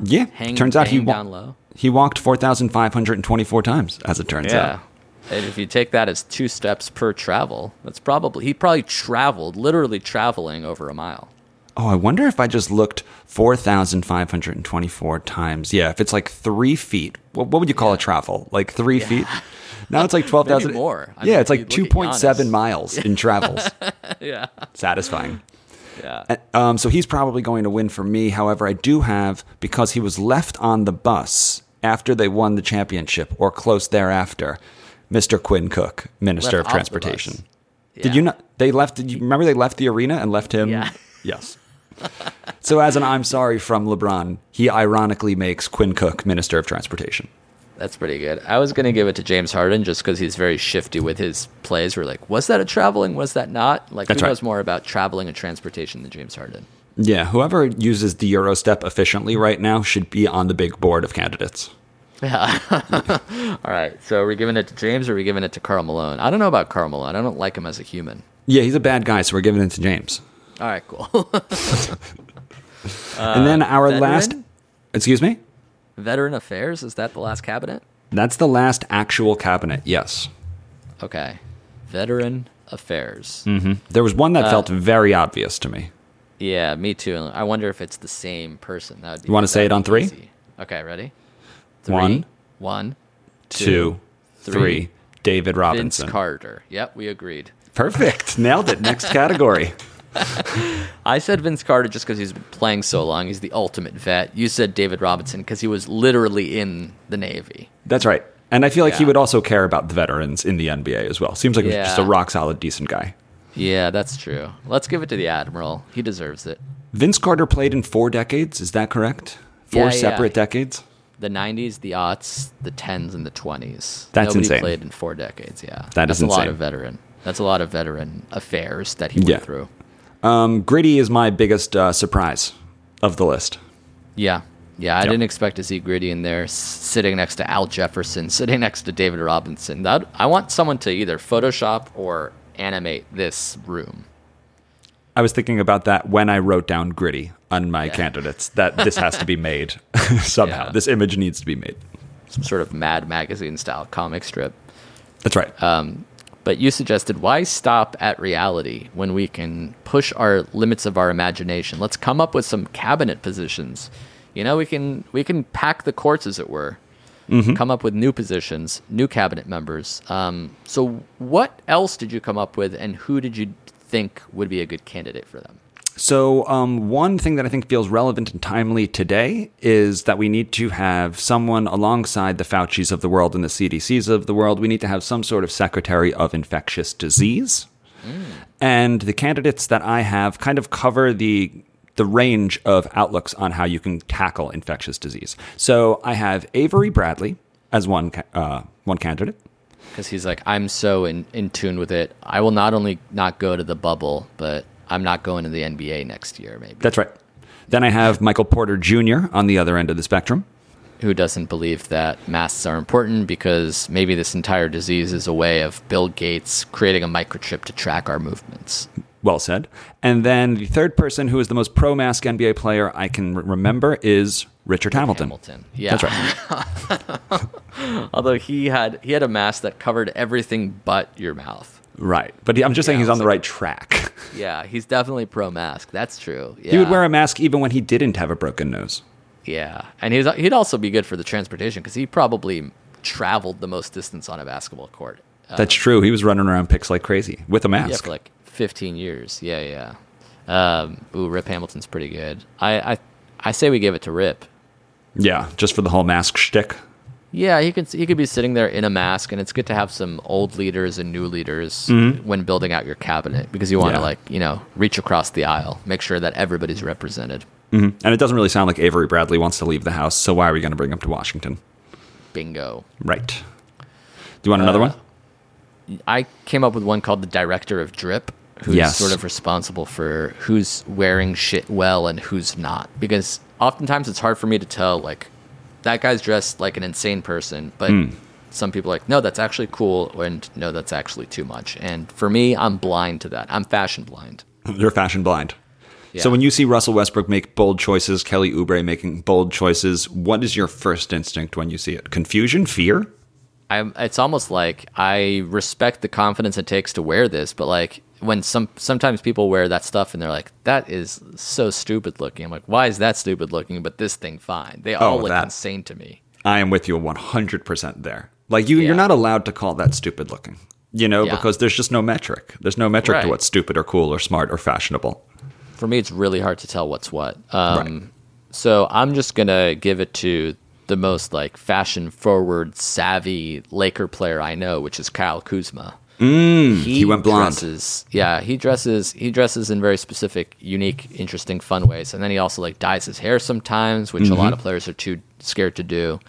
[SPEAKER 3] Yeah.
[SPEAKER 1] Hang-
[SPEAKER 3] turns out he
[SPEAKER 1] hang
[SPEAKER 3] wa-
[SPEAKER 1] down low.
[SPEAKER 3] He walked 4,524 times, as it turns out.
[SPEAKER 1] And if you take that as two steps per travel, that's probably he probably traveled literally traveling over a mile.
[SPEAKER 3] Oh, I wonder if I just looked 4,524 times. Yeah, if it's like three feet, what, what would you call a travel? Like three feet? Now it's like 12,000.
[SPEAKER 1] more. I
[SPEAKER 3] yeah,
[SPEAKER 1] mean,
[SPEAKER 3] it's like
[SPEAKER 1] if you look at Giannis.
[SPEAKER 3] 2.7 miles in travels.
[SPEAKER 1] Yeah.
[SPEAKER 3] Satisfying.
[SPEAKER 1] Yeah.
[SPEAKER 3] And, Um, so he's probably going to win for me. However, I do have, because he was left on the bus after they won the championship or close thereafter, Mr. Quinn Cook, Minister
[SPEAKER 1] Left
[SPEAKER 3] of
[SPEAKER 1] off the bus.
[SPEAKER 3] Transportation.
[SPEAKER 1] Yeah.
[SPEAKER 3] Did you not? They left. Did you remember they left the arena and left him?
[SPEAKER 1] Yeah.
[SPEAKER 3] Yes. so as an I'm sorry from LeBron, he ironically makes Quinn Cook Minister of Transportation.
[SPEAKER 1] That's pretty good. I was gonna give it to James Harden just because he's very shifty with his plays. We're like, was that a traveling? Was that not? Like,
[SPEAKER 3] That's
[SPEAKER 1] who
[SPEAKER 3] right.
[SPEAKER 1] knows more about traveling and transportation than James Harden?
[SPEAKER 3] Yeah, whoever uses the Eurostep efficiently right now should be on the big board of candidates.
[SPEAKER 1] All right. So are we giving it to James or are we giving it to Carl Malone? I don't know about Carl Malone. I don't like him as a human.
[SPEAKER 3] Yeah, he's a bad guy, so we're giving it to James.
[SPEAKER 1] All right, cool.
[SPEAKER 3] and then our
[SPEAKER 1] Uh, veteran?
[SPEAKER 3] last, excuse me,
[SPEAKER 1] Veteran Affairs is that the last cabinet?
[SPEAKER 3] that's the last actual cabinet. Yes,
[SPEAKER 1] Okay. Veteran Affairs.
[SPEAKER 3] there was one
[SPEAKER 1] Uh,
[SPEAKER 3] that felt very obvious to me.
[SPEAKER 1] Yeah, me too. I wonder if it's the same person. That would be
[SPEAKER 3] You wanna say
[SPEAKER 1] that'd
[SPEAKER 3] it on
[SPEAKER 1] be
[SPEAKER 3] three?
[SPEAKER 1] easy. Okay, ready?
[SPEAKER 3] One,
[SPEAKER 1] One,
[SPEAKER 3] Two, three.
[SPEAKER 1] three.
[SPEAKER 3] David
[SPEAKER 1] Vince
[SPEAKER 3] Robinson.
[SPEAKER 1] Carter. Yep, we agreed.
[SPEAKER 3] Perfect. Nailed it. Next category.
[SPEAKER 1] I said Vince Carter just because he's been playing so long. He's the ultimate vet. You said David Robinson because he was literally in the Navy.
[SPEAKER 3] That's right. And I feel like he
[SPEAKER 1] Yeah.
[SPEAKER 3] would also care about the veterans in the NBA as well. Seems like he's just a
[SPEAKER 1] Yeah.
[SPEAKER 3] rock solid, decent guy.
[SPEAKER 1] Yeah, that's true. Let's give it to the Admiral. He deserves it.
[SPEAKER 3] Vince Carter played in four decades. Is that correct?
[SPEAKER 1] Yeah,
[SPEAKER 3] Four
[SPEAKER 1] yeah.
[SPEAKER 3] separate decades.
[SPEAKER 1] The 90s, the aughts, the 10s, and the 20s.
[SPEAKER 3] That's
[SPEAKER 1] Nobody
[SPEAKER 3] insane.
[SPEAKER 1] played in four decades, yeah.
[SPEAKER 3] That
[SPEAKER 1] that's
[SPEAKER 3] is
[SPEAKER 1] a lot
[SPEAKER 3] insane.
[SPEAKER 1] of veteran. That's a lot of veteran affairs that he went
[SPEAKER 3] Yeah.
[SPEAKER 1] through.
[SPEAKER 3] Um, Gritty is my biggest uh, surprise of the list.
[SPEAKER 1] Yeah. Yeah, I
[SPEAKER 3] Yep.
[SPEAKER 1] didn't expect to see Gritty in there s- sitting next to Al Jefferson, sitting next to David Robinson. That I want someone to either Photoshop or animate this room.
[SPEAKER 3] I was thinking about that when I wrote down Gritty on my candidates. That this has to be made somehow.
[SPEAKER 1] Yeah.
[SPEAKER 3] This image needs to be made.
[SPEAKER 1] Some sort of Mad Magazine style comic strip.
[SPEAKER 3] That's right.
[SPEAKER 1] But you suggested why stop at reality when we can push our limits of our imagination? Let's come up with some cabinet positions. You know, we can we can pack the courts as it were. Come up with new positions, new cabinet members. Um, so what else did you come up with and who did you think would be a good candidate for them?
[SPEAKER 3] So, um, one thing that I think feels relevant and timely today is that we need to have someone alongside the Fauci's of the world and the CDC's of the world. We need to have some sort of secretary of infectious disease. And the candidates that I have kind of cover the the range of outlooks on how you can tackle infectious disease. So I have Avery Bradley as one ca- uh, one candidate.
[SPEAKER 1] because he's like, I'm so in, in tune with it. I will not only not go to the bubble, but I'm not going to the NBA next year. Maybe
[SPEAKER 3] That's right. Then I have Michael Porter Jr. on the other end of the spectrum.
[SPEAKER 1] who doesn't believe that masks are important because maybe this entire disease is a way of Bill Gates creating a microchip to track our movements.
[SPEAKER 3] Well said. And then the third person who is the most pro mask NBA player I can re- remember is Richard Hamilton.
[SPEAKER 1] Hamilton. Yeah.
[SPEAKER 3] That's right.
[SPEAKER 1] Although he had he had a mask that covered everything but your mouth.
[SPEAKER 3] Right. But I'm just saying he's on the right track.
[SPEAKER 1] Yeah, he's definitely pro mask. That's true. Yeah.
[SPEAKER 3] He would wear a mask even when he didn't have a broken nose.
[SPEAKER 1] Yeah, and he's, he'd also be good for the transportation because he probably traveled the most distance on a basketball court. Uh,
[SPEAKER 3] That's true. He was running around picks like crazy with a
[SPEAKER 1] yeah,
[SPEAKER 3] mask.
[SPEAKER 1] for like 15 years. Yeah, yeah. Um, ooh, Rip Hamilton's pretty good. I, I, I say we give it to Rip.
[SPEAKER 3] Yeah, just for the whole mask shtick.
[SPEAKER 1] Yeah, he could he could be sitting there in a mask, and it's good to have some old leaders and new leaders when building out your cabinet because you want to
[SPEAKER 3] Mm-hmm. Yeah.
[SPEAKER 1] like you know reach across the aisle, make sure that everybody's represented.
[SPEAKER 3] And it doesn't really sound like Avery Bradley wants to leave the house, so why are we going to bring him to Washington?
[SPEAKER 1] Bingo.
[SPEAKER 3] Right. Do you want
[SPEAKER 1] Uh,
[SPEAKER 3] another one?
[SPEAKER 1] I came up with one called the director of drip, who's
[SPEAKER 3] Yes.
[SPEAKER 1] sort of responsible for who's wearing shit well and who's not. Because oftentimes it's hard for me to tell, like, that guy's dressed like an insane person, but
[SPEAKER 3] Mm.
[SPEAKER 1] some people are like, no, that's actually cool, and no, that's actually too much. And for me, I'm blind to that. I'm fashion blind.
[SPEAKER 3] They're fashion blind. So
[SPEAKER 1] Yeah.
[SPEAKER 3] when you see Russell Westbrook make bold choices, Kelly Oubre making bold choices, what is your first instinct when you see it? Confusion, fear?
[SPEAKER 1] I'm, it's almost like I respect the confidence it takes to wear this, but like when some sometimes people wear that stuff and they're like, "That is so stupid looking." I'm like, "Why is that stupid looking?" But this thing fine. They all
[SPEAKER 3] Oh,
[SPEAKER 1] look
[SPEAKER 3] that.
[SPEAKER 1] insane to me.
[SPEAKER 3] I am with you 100% there. Like you
[SPEAKER 1] Yeah.
[SPEAKER 3] you're not allowed to call that stupid looking. You know,
[SPEAKER 1] Yeah.
[SPEAKER 3] because there's just no metric. There's no metric to
[SPEAKER 1] Right.
[SPEAKER 3] what's stupid or cool or smart or fashionable.
[SPEAKER 1] For me, it's really hard to tell what's what. Um, So I'm just gonna give it to the most like fashion forward, savvy Laker player I know, which is Kyle Kuzma.
[SPEAKER 3] Hmm. He went blonde.
[SPEAKER 1] Dresses, yeah, he dresses. He dresses in very specific, unique, interesting, fun ways, and then he also like dyes his hair sometimes, which a lot of players are too scared to do.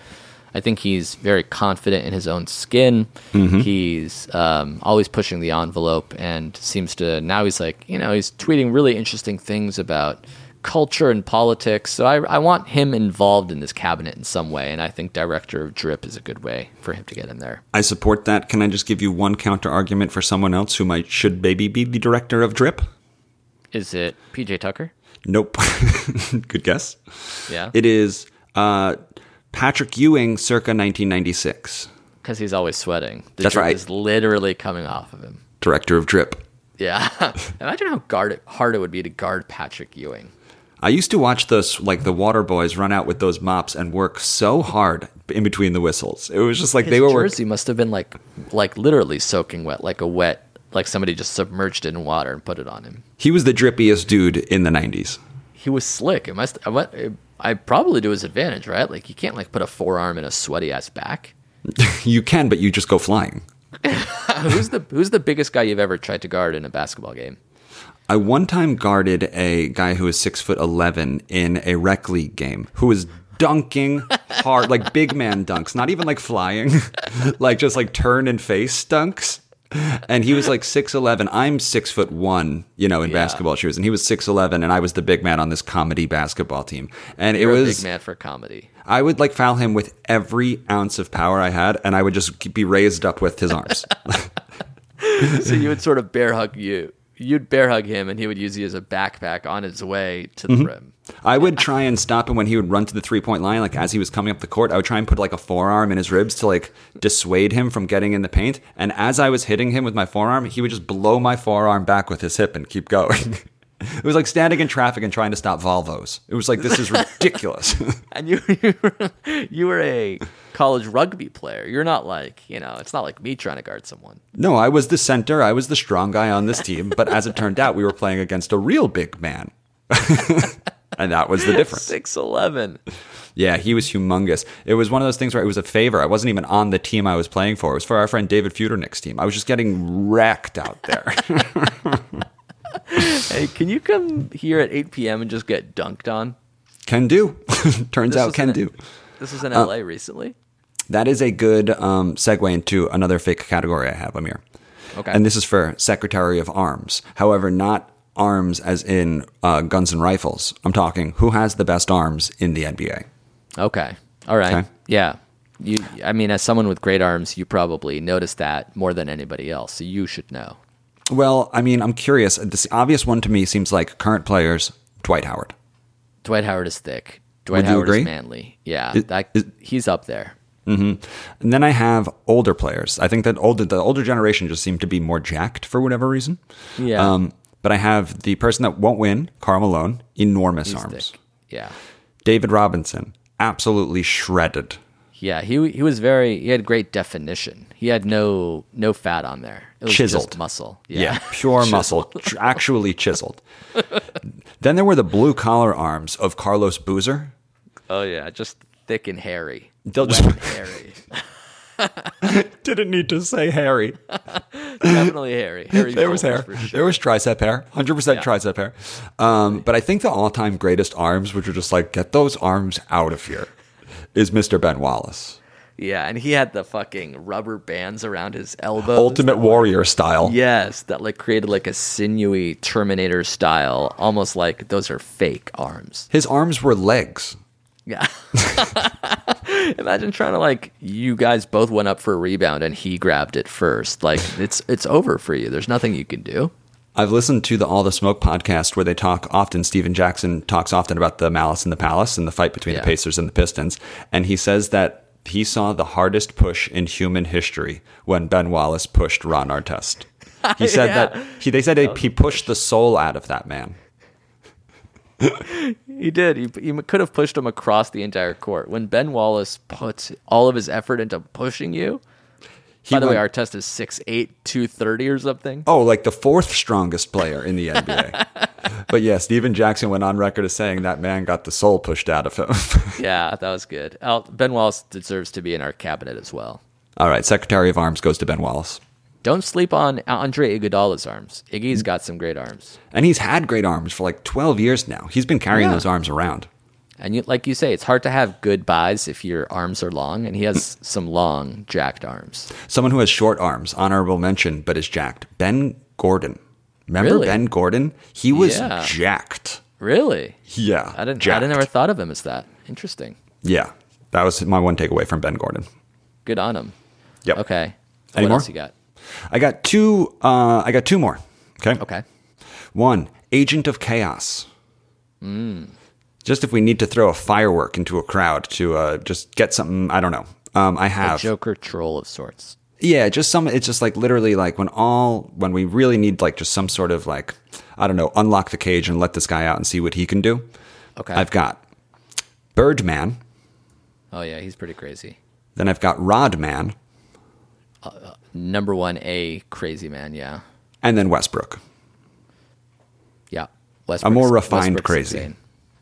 [SPEAKER 1] I think he's very confident in his own skin. He's um, always pushing the envelope, and seems to now he's like you know he's tweeting really interesting things about culture and politics. So I, I want him involved in this cabinet in some way, and I think director of drip is a good way for him to get in there.
[SPEAKER 3] I support that. Can I just give you one counter argument for someone else who might should maybe be the director of Drip?
[SPEAKER 1] Is it PJ Tucker?
[SPEAKER 3] Nope. Good guess.
[SPEAKER 1] Yeah,
[SPEAKER 3] It is uh, Patrick Ewing circa 1996,
[SPEAKER 1] because he's always sweating. The
[SPEAKER 3] That's
[SPEAKER 1] drip
[SPEAKER 3] right.
[SPEAKER 1] Is literally coming off of him.
[SPEAKER 3] director of Drip.
[SPEAKER 1] Yeah, imagine how guard hard it would be to guard Patrick Ewing.
[SPEAKER 3] I used to watch those like the water boys run out with those mops and work so hard in between the whistles. It was just like they
[SPEAKER 1] His
[SPEAKER 3] were
[SPEAKER 1] jersey
[SPEAKER 3] working.
[SPEAKER 1] must have been like like literally soaking wet, like a wet, like somebody just submerged it in water and put it on him.
[SPEAKER 3] He was the drippiest dude in the 90s.
[SPEAKER 1] He was slick. It must. I, went- I probably to his advantage, right? Like you can't like put a forearm in a sweaty ass back.
[SPEAKER 3] You can, but you just go flying.
[SPEAKER 1] Who's the Who's the biggest guy you've ever tried to guard in a basketball game?
[SPEAKER 3] I one time guarded a guy who was six foot eleven in a rec league game who was dunking hard, like big man dunks, not even like flying, like just like turn and face dunks. And he was like six eleven. I'm six foot one, you know, in basketball shoes, and he was six eleven, and I was the big man on this comedy basketball team. And
[SPEAKER 1] You're
[SPEAKER 3] it
[SPEAKER 1] a
[SPEAKER 3] was
[SPEAKER 1] big man for comedy.
[SPEAKER 3] I would like foul him with every ounce of power I had, and I would just be raised up with his arms.
[SPEAKER 1] So you would sort of bear hug you. You'd bear hug him, and he would use you as a backpack on his way to the
[SPEAKER 3] Mm-hmm.
[SPEAKER 1] rim.
[SPEAKER 3] I would try and stop him when he would run to the three point line, like as he was coming up the court. I would try and put like a forearm in his ribs to like dissuade him from getting in the paint. And as I was hitting him with my forearm, he would just blow my forearm back with his hip and keep going. it was like standing in traffic and trying to stop Volvos. It was like, this is ridiculous.
[SPEAKER 1] and you you were, you were a college rugby player. You're not like you know. It's not like me trying to guard someone.
[SPEAKER 3] no, I was the center, I was the strong guy on this team. But as it turned out, we were playing against a real big man. and that was the difference.
[SPEAKER 1] Six eleven.
[SPEAKER 3] Yeah, he was humongous. It was one of those things where it was a favor. I wasn't even on the team I was playing for. It was for our friend David Feudernick's team. I was just getting wrecked out there.
[SPEAKER 1] Hey, can you come here at eight p.m. and just get dunked on?
[SPEAKER 3] can do. Turns out
[SPEAKER 1] was
[SPEAKER 3] can
[SPEAKER 1] in-
[SPEAKER 3] do.
[SPEAKER 1] This was in L.A. recently.
[SPEAKER 3] That is a good um, segue into another fake category I have, Amir.
[SPEAKER 1] Okay.
[SPEAKER 3] And this is for Secretary of Arms. However, not arms as in uh, guns and rifles. I'm talking who has the best arms in the NBA.
[SPEAKER 1] Okay. All right.
[SPEAKER 3] Okay.
[SPEAKER 1] Yeah. You. I mean, as someone with great arms, you probably noticed that more than anybody else. So you should know.
[SPEAKER 3] Well, I mean, I'm curious. This obvious one to me seems like current players, Dwight Howard.
[SPEAKER 1] Dwight Howard is thick. Dwight
[SPEAKER 3] Would you
[SPEAKER 1] Howard
[SPEAKER 3] agree?
[SPEAKER 1] is manly. Yeah.
[SPEAKER 3] Is-
[SPEAKER 1] that,
[SPEAKER 3] is-
[SPEAKER 1] he's up there.
[SPEAKER 3] And then I have older players. I think that older the older generation just seem to be more jacked for whatever reason. Um,
[SPEAKER 1] Yeah.
[SPEAKER 3] but I have the person that won't win, Carl Malone, enormous
[SPEAKER 1] He's
[SPEAKER 3] arms.
[SPEAKER 1] thick. Yeah.
[SPEAKER 3] David Robinson, absolutely shredded.
[SPEAKER 1] Yeah. He he was very. He had great definition. He had no no fat on there. It was
[SPEAKER 3] Chiseled.
[SPEAKER 1] just muscle.
[SPEAKER 3] Yeah, pure muscle, tr- actually chiseled. then there were the blue collar arms of Carlos Boozer.
[SPEAKER 1] Oh yeah. Just thick and hairy.
[SPEAKER 3] They'll just
[SPEAKER 1] Hairy.
[SPEAKER 3] didn't need to say hairy.
[SPEAKER 1] Definitely hairy. Hairy
[SPEAKER 3] There was
[SPEAKER 1] shoulders
[SPEAKER 3] hair.
[SPEAKER 1] for sure.
[SPEAKER 3] There was tricep hair. Hundred percent tricep hair. Um, but I think the all-time greatest arms, which are just like get those arms out of here, is Mr. Ben Wallace,
[SPEAKER 1] Yeah, and he had the fucking rubber bands around his elbows.
[SPEAKER 3] Ultimate Warrior style.
[SPEAKER 1] Yes, that like created like a sinewy Terminator style, almost like those are fake arms.
[SPEAKER 3] His arms were legs.
[SPEAKER 1] Yeah. Imagine trying to like you guys both went up for a rebound and he grabbed it first. Like it's it's over for you. There's nothing you can do.
[SPEAKER 3] I've listened to the All the Smoke podcast where they talk often. Steven Jackson talks often about the malice in the palace and the fight between
[SPEAKER 1] Yeah.
[SPEAKER 3] the Pacers and the Pistons. And he says that he saw the hardest push in human history when Ben Wallace pushed Ron Artest. He said that he, they said he pushed the soul out of that man.
[SPEAKER 1] He did. He, he could have pushed him across the entire court. When Ben Wallace puts all of his effort into pushing you. By the way,
[SPEAKER 3] went-
[SPEAKER 1] Artest is 6'8", 230 or something.
[SPEAKER 3] Oh, like the fourth strongest player in the NBA. but yeah, Steven Jackson went on record as saying that man got the soul pushed out of him.
[SPEAKER 1] Yeah, that was good. Al- ben Wallace deserves to be in our cabinet as well.
[SPEAKER 3] All right, Secretary of Arms goes to Ben Wallace.
[SPEAKER 1] Don't sleep on Andre Iguodala's arms. Iggy's got some great arms,
[SPEAKER 3] And he's had great arms for like 12 years now. He's been carrying
[SPEAKER 1] Yeah.
[SPEAKER 3] those arms around.
[SPEAKER 1] and you, like you say, it's hard to have good buys if your arms are long, and he has some long, jacked arms.
[SPEAKER 3] Someone who has short arms, honorable mention, but is jacked. Ben Gordon. Remember
[SPEAKER 1] Really?
[SPEAKER 3] Ben Gordon? He was
[SPEAKER 1] Yeah.
[SPEAKER 3] jacked.
[SPEAKER 1] Really?
[SPEAKER 3] Yeah.
[SPEAKER 1] I didn't.
[SPEAKER 3] jacked.
[SPEAKER 1] I never thought of him as that. Interesting.
[SPEAKER 3] Yeah. That was my one takeaway from Ben Gordon.
[SPEAKER 1] Good on him.
[SPEAKER 3] Yep.
[SPEAKER 1] Okay.
[SPEAKER 3] Any
[SPEAKER 1] what
[SPEAKER 3] more?
[SPEAKER 1] else you got?
[SPEAKER 3] I got two uh, I got two more. Okay.
[SPEAKER 1] Okay.
[SPEAKER 3] One, Agent of Chaos. Just if we need to throw a firework into a crowd to uh, just get something, I don't know. Um, I
[SPEAKER 1] A
[SPEAKER 3] have
[SPEAKER 1] Joker troll of sorts.
[SPEAKER 3] Yeah, just some. It's just like literally like when all when we really need like just some sort of like I don't know, unlock the cage and let this guy out and see what he can do.
[SPEAKER 1] Okay.
[SPEAKER 3] I've got Birdman,
[SPEAKER 1] oh yeah, he's pretty crazy.
[SPEAKER 3] then I've got Rodman,
[SPEAKER 1] Number one, a crazy man. Yeah.
[SPEAKER 3] and then Westbrook.
[SPEAKER 1] Yeah,
[SPEAKER 3] A
[SPEAKER 1] Westbrook's,
[SPEAKER 3] more refined
[SPEAKER 1] Westbrook's
[SPEAKER 3] crazy.
[SPEAKER 1] insane.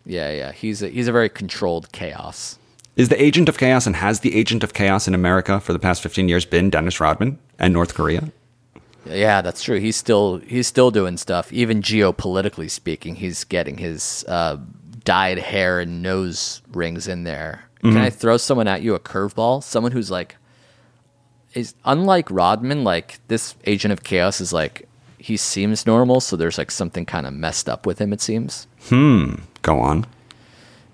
[SPEAKER 1] Yeah, yeah, he's a, he's a very controlled chaos.
[SPEAKER 3] Is the agent of chaos and has the agent of chaos in America for the past fifteen years been Dennis Rodman and North Korea?
[SPEAKER 1] Yeah, that's true. He's still he's still doing stuff. Even geopolitically speaking, he's getting his uh, dyed hair and nose rings in there. Can I throw someone at you a curveball? Someone who's like is unlike Rodman. Like this agent of chaos is like he seems normal, so there's like something kind of messed up with him. It seems.
[SPEAKER 3] Go on.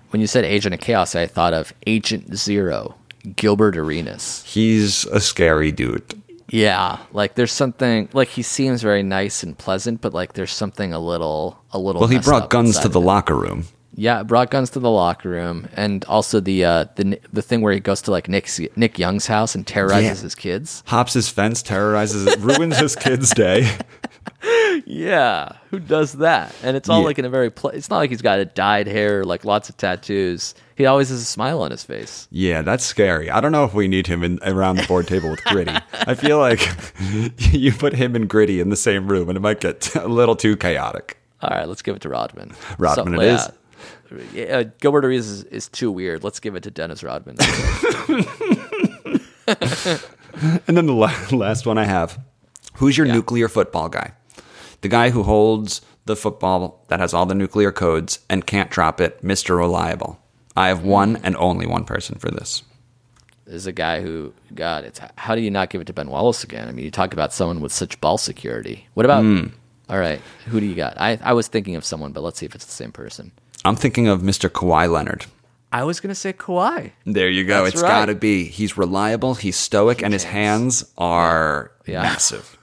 [SPEAKER 1] When you said agent of chaos, I thought of Agent Zero, Gilbert Arenas.
[SPEAKER 3] He's a scary dude.
[SPEAKER 1] Yeah, like there's something like he seems very nice and pleasant, but like there's something a little a little.
[SPEAKER 3] Well, he
[SPEAKER 1] messed
[SPEAKER 3] brought
[SPEAKER 1] up
[SPEAKER 3] guns
[SPEAKER 1] inside
[SPEAKER 3] to
[SPEAKER 1] of
[SPEAKER 3] the
[SPEAKER 1] him.
[SPEAKER 3] locker room.
[SPEAKER 1] Yeah, brought guns to the locker room, and also the uh, the the thing where he goes to like Nick's, Nick Young's house and terrorizes
[SPEAKER 3] Yeah.
[SPEAKER 1] his kids.
[SPEAKER 3] Hops his fence, terrorizes, ruins his kid's day.
[SPEAKER 1] Yeah, who does that? And it's all
[SPEAKER 3] Yeah.
[SPEAKER 1] like in a very. Pl- it's not like he's got a dyed hair, like lots of tattoos. He always has a smile on his face.
[SPEAKER 3] Yeah, that's scary. I don't know if we need him in, around the board table with Gritty. I feel like you put him and Gritty in the same room and it might get a little too chaotic.
[SPEAKER 1] All right, let's give it to Rodman.
[SPEAKER 3] Rodman
[SPEAKER 1] Something
[SPEAKER 3] it
[SPEAKER 1] like that. Yeah, Uh, Gilbert Arenas is, is too weird. Let's give it to Dennis Rodman.
[SPEAKER 3] And then the la- last one I have who's your nuclear football guy? The guy who holds the football that has all the nuclear codes and can't drop it, Mr. Reliable. I have one and only one person for this.
[SPEAKER 1] is a guy who, God, it's how do you not give it to Ben Wallace again? I mean, you talk about someone with such ball security. What about? All right, who do you got? I I was thinking of someone, but let's see if it's the same person.
[SPEAKER 3] I'm thinking of Mr. Kawhi Leonard.
[SPEAKER 1] I was gonna say Kawhi.
[SPEAKER 3] There you go.
[SPEAKER 1] That's
[SPEAKER 3] It's
[SPEAKER 1] right.
[SPEAKER 3] got to be. He's reliable, he's stoic, and his hands are
[SPEAKER 1] Yeah.
[SPEAKER 3] massive.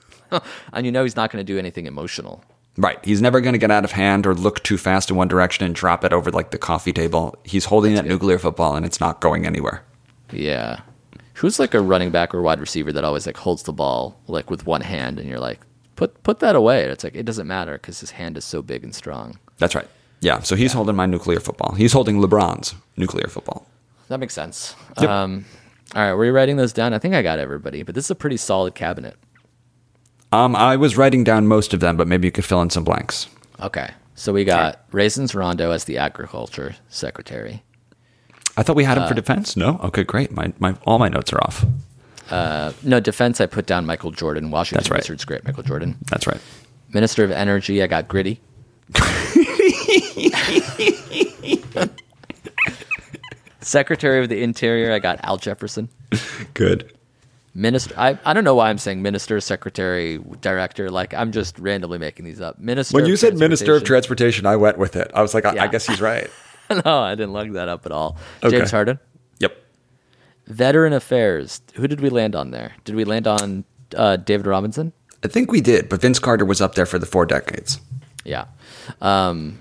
[SPEAKER 1] and you know he's not going to do anything emotional.
[SPEAKER 3] Right. He's never going to get out of hand or look too fast in one direction and drop it over like the coffee table. He's holding that nuclear football and it's not going anywhere.
[SPEAKER 1] Yeah. Who's like a running back or wide receiver that always like holds the ball like with one hand and you're like, put put that away. It's like it doesn't matter because his hand is so big and strong.
[SPEAKER 3] That's right. Yeah. So he's holding my nuclear football. He's holding LeBron's nuclear football.
[SPEAKER 1] That makes sense. Um, all right, were you writing those down? I think I got everybody, but this is a pretty solid cabinet.
[SPEAKER 3] Um, I was writing down most of them, but maybe you could fill in some blanks.
[SPEAKER 1] Okay, so we got Raisins Rondo as the agriculture secretary.
[SPEAKER 3] I thought we had him
[SPEAKER 1] Uh,
[SPEAKER 3] for defense. No. Okay. Great. My, my all my notes are off.
[SPEAKER 1] No defense. I put down Michael Jordan, Washington
[SPEAKER 3] That's right.
[SPEAKER 1] Wizards great Michael Jordan.
[SPEAKER 3] That's right.
[SPEAKER 1] Minister of Energy. I got Gritty. Secretary of the Interior. I got Al Jefferson.
[SPEAKER 3] Good.
[SPEAKER 1] Minister. I, I don't know why I'm saying minister, secretary, director. Like I'm just randomly making these up. Minister.
[SPEAKER 3] When
[SPEAKER 1] of
[SPEAKER 3] you said Minister of
[SPEAKER 1] Transportation.
[SPEAKER 3] Transportation, I went with it. I was like, I,
[SPEAKER 1] Yeah.
[SPEAKER 3] I guess he's right.
[SPEAKER 1] no, I didn't look that up at all.
[SPEAKER 3] Okay.
[SPEAKER 1] James Harden.
[SPEAKER 3] yep.
[SPEAKER 1] Veteran Affairs. Who did we land on there? Did we land on uh, David Robinson?
[SPEAKER 3] I think we did, but Vince Carter was up there for the four decades.
[SPEAKER 1] Yeah. Um,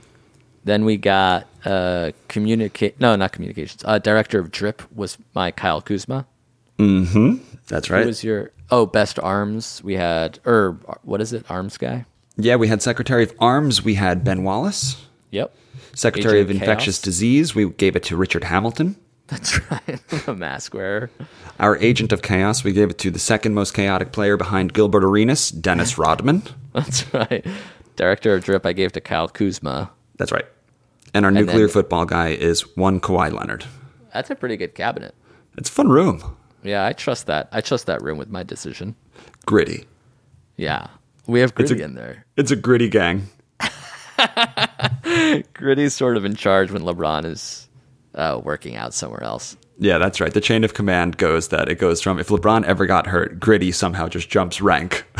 [SPEAKER 1] then we got uh, communicate. No, not communications. Uh, director of Drip was my Kyle Kuzma.
[SPEAKER 3] That's
[SPEAKER 1] Who
[SPEAKER 3] right.
[SPEAKER 1] was your oh best arms? We had or what is it? Arms guy.
[SPEAKER 3] yeah, we had Secretary of Arms. We had Ben Wallace.
[SPEAKER 1] Yep.
[SPEAKER 3] Secretary
[SPEAKER 1] Agent
[SPEAKER 3] of Infectious
[SPEAKER 1] Chaos.
[SPEAKER 3] Disease. We gave it to Richard Hamilton.
[SPEAKER 1] That's right. a mask wearer.
[SPEAKER 3] Our Agent of Chaos. We gave it to the second most chaotic player behind Gilbert Arenas, Dennis Rodman.
[SPEAKER 1] That's right. Director of Drip. I gave to Kyle Kuzma.
[SPEAKER 3] That's right. And our nuclear
[SPEAKER 1] then-
[SPEAKER 3] football guy is one Kawhi Leonard.
[SPEAKER 1] That's a pretty good cabinet.
[SPEAKER 3] It's a fun room.
[SPEAKER 1] Yeah, I trust that. I trust that room with my decision.
[SPEAKER 3] Gritty.
[SPEAKER 1] Yeah. We have
[SPEAKER 3] a-
[SPEAKER 1] Gritty in there.
[SPEAKER 3] It's a gritty gang.
[SPEAKER 1] Gritty's sort of in charge when LeBron is uh, working out somewhere else.
[SPEAKER 3] Yeah, that's right. The chain of command goes that it goes from if LeBron ever got hurt, Gritty somehow just jumps rank.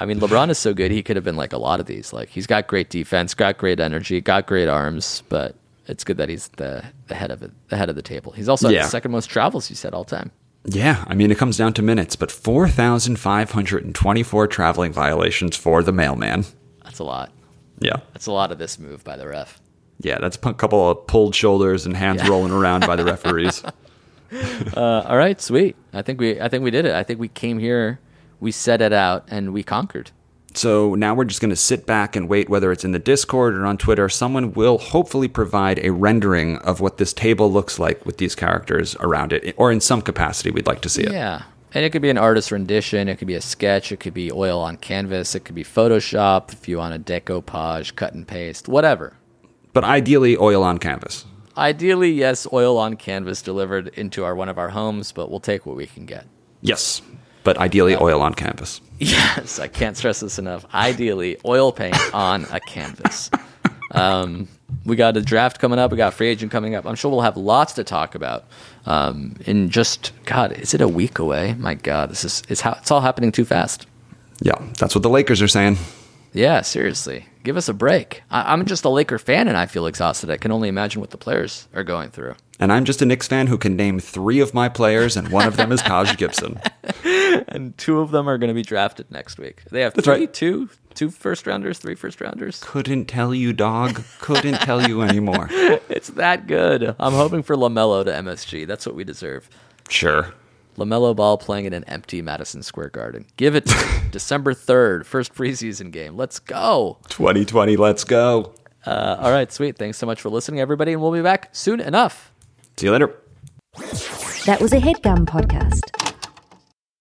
[SPEAKER 1] I mean, LeBron is so good; he could have been like a lot of these. Like, he's got great defense, got great energy, got great arms, but it's good that he's the, the head of it, the head of the table. He's also had
[SPEAKER 3] Yeah.
[SPEAKER 1] the second most travels. You said all time.
[SPEAKER 3] yeah, I mean, it comes down to minutes, but 4,524 traveling violations for the mailman.
[SPEAKER 1] That's a lot.
[SPEAKER 3] Yeah.
[SPEAKER 1] That's a lot of this move by the ref.
[SPEAKER 3] Yeah, that's a couple of pulled shoulders and hands rolling around by the referees.
[SPEAKER 1] Uh, all right, sweet. I think we I think we did it. I think we came here, we set it out, and we conquered.
[SPEAKER 3] So now we're just going to sit back and wait, whether it's in the Discord or on Twitter. Someone will hopefully provide a rendering of what this table looks like with these characters around it, or in some capacity, we'd like to see it.
[SPEAKER 1] Yeah. And it could be an artist rendition, it could be a sketch, it could be oil on canvas, it could be Photoshop if you want a decoupage, cut and paste, whatever.
[SPEAKER 3] But ideally, oil on canvas.
[SPEAKER 1] Ideally, yes, oil on canvas delivered into our one of our homes, but we'll take what we can get.
[SPEAKER 3] Yes, but ideally, oil on canvas.
[SPEAKER 1] Yes, I can't stress this enough. Ideally, oil paint on a canvas. Um, we got a draft coming up. We got a free agent coming up. I'm sure we'll have lots to talk about. Um, in just God, is it a week away? My God, this is it's how it's all happening too fast.
[SPEAKER 3] Yeah, that's what the Lakers are saying.
[SPEAKER 1] Yeah, seriously, give us a break. I, I'm just a Laker fan, and I feel exhausted. I can only imagine what the players are going through.
[SPEAKER 3] And I'm just a Knicks fan who can name three of my players, and one of them is Taj Gibson.
[SPEAKER 1] And two of them are going to be drafted next week. They have three,
[SPEAKER 3] right.
[SPEAKER 1] two, two first rounders, three first rounders.
[SPEAKER 3] Couldn't tell you, dog. Couldn't tell you anymore.
[SPEAKER 1] It's that good. I'm hoping for Lamelo to MSG. That's what we deserve.
[SPEAKER 3] Sure.
[SPEAKER 1] LaMelo Ball playing in an empty Madison Square Garden. Give it to me. December 3rd, first preseason game. Let's go.
[SPEAKER 3] 2020, let's go.
[SPEAKER 1] Uh, all right, sweet. Thanks so much for listening, everybody, and we'll be back soon enough.
[SPEAKER 3] See you later.
[SPEAKER 5] That was a headgum podcast.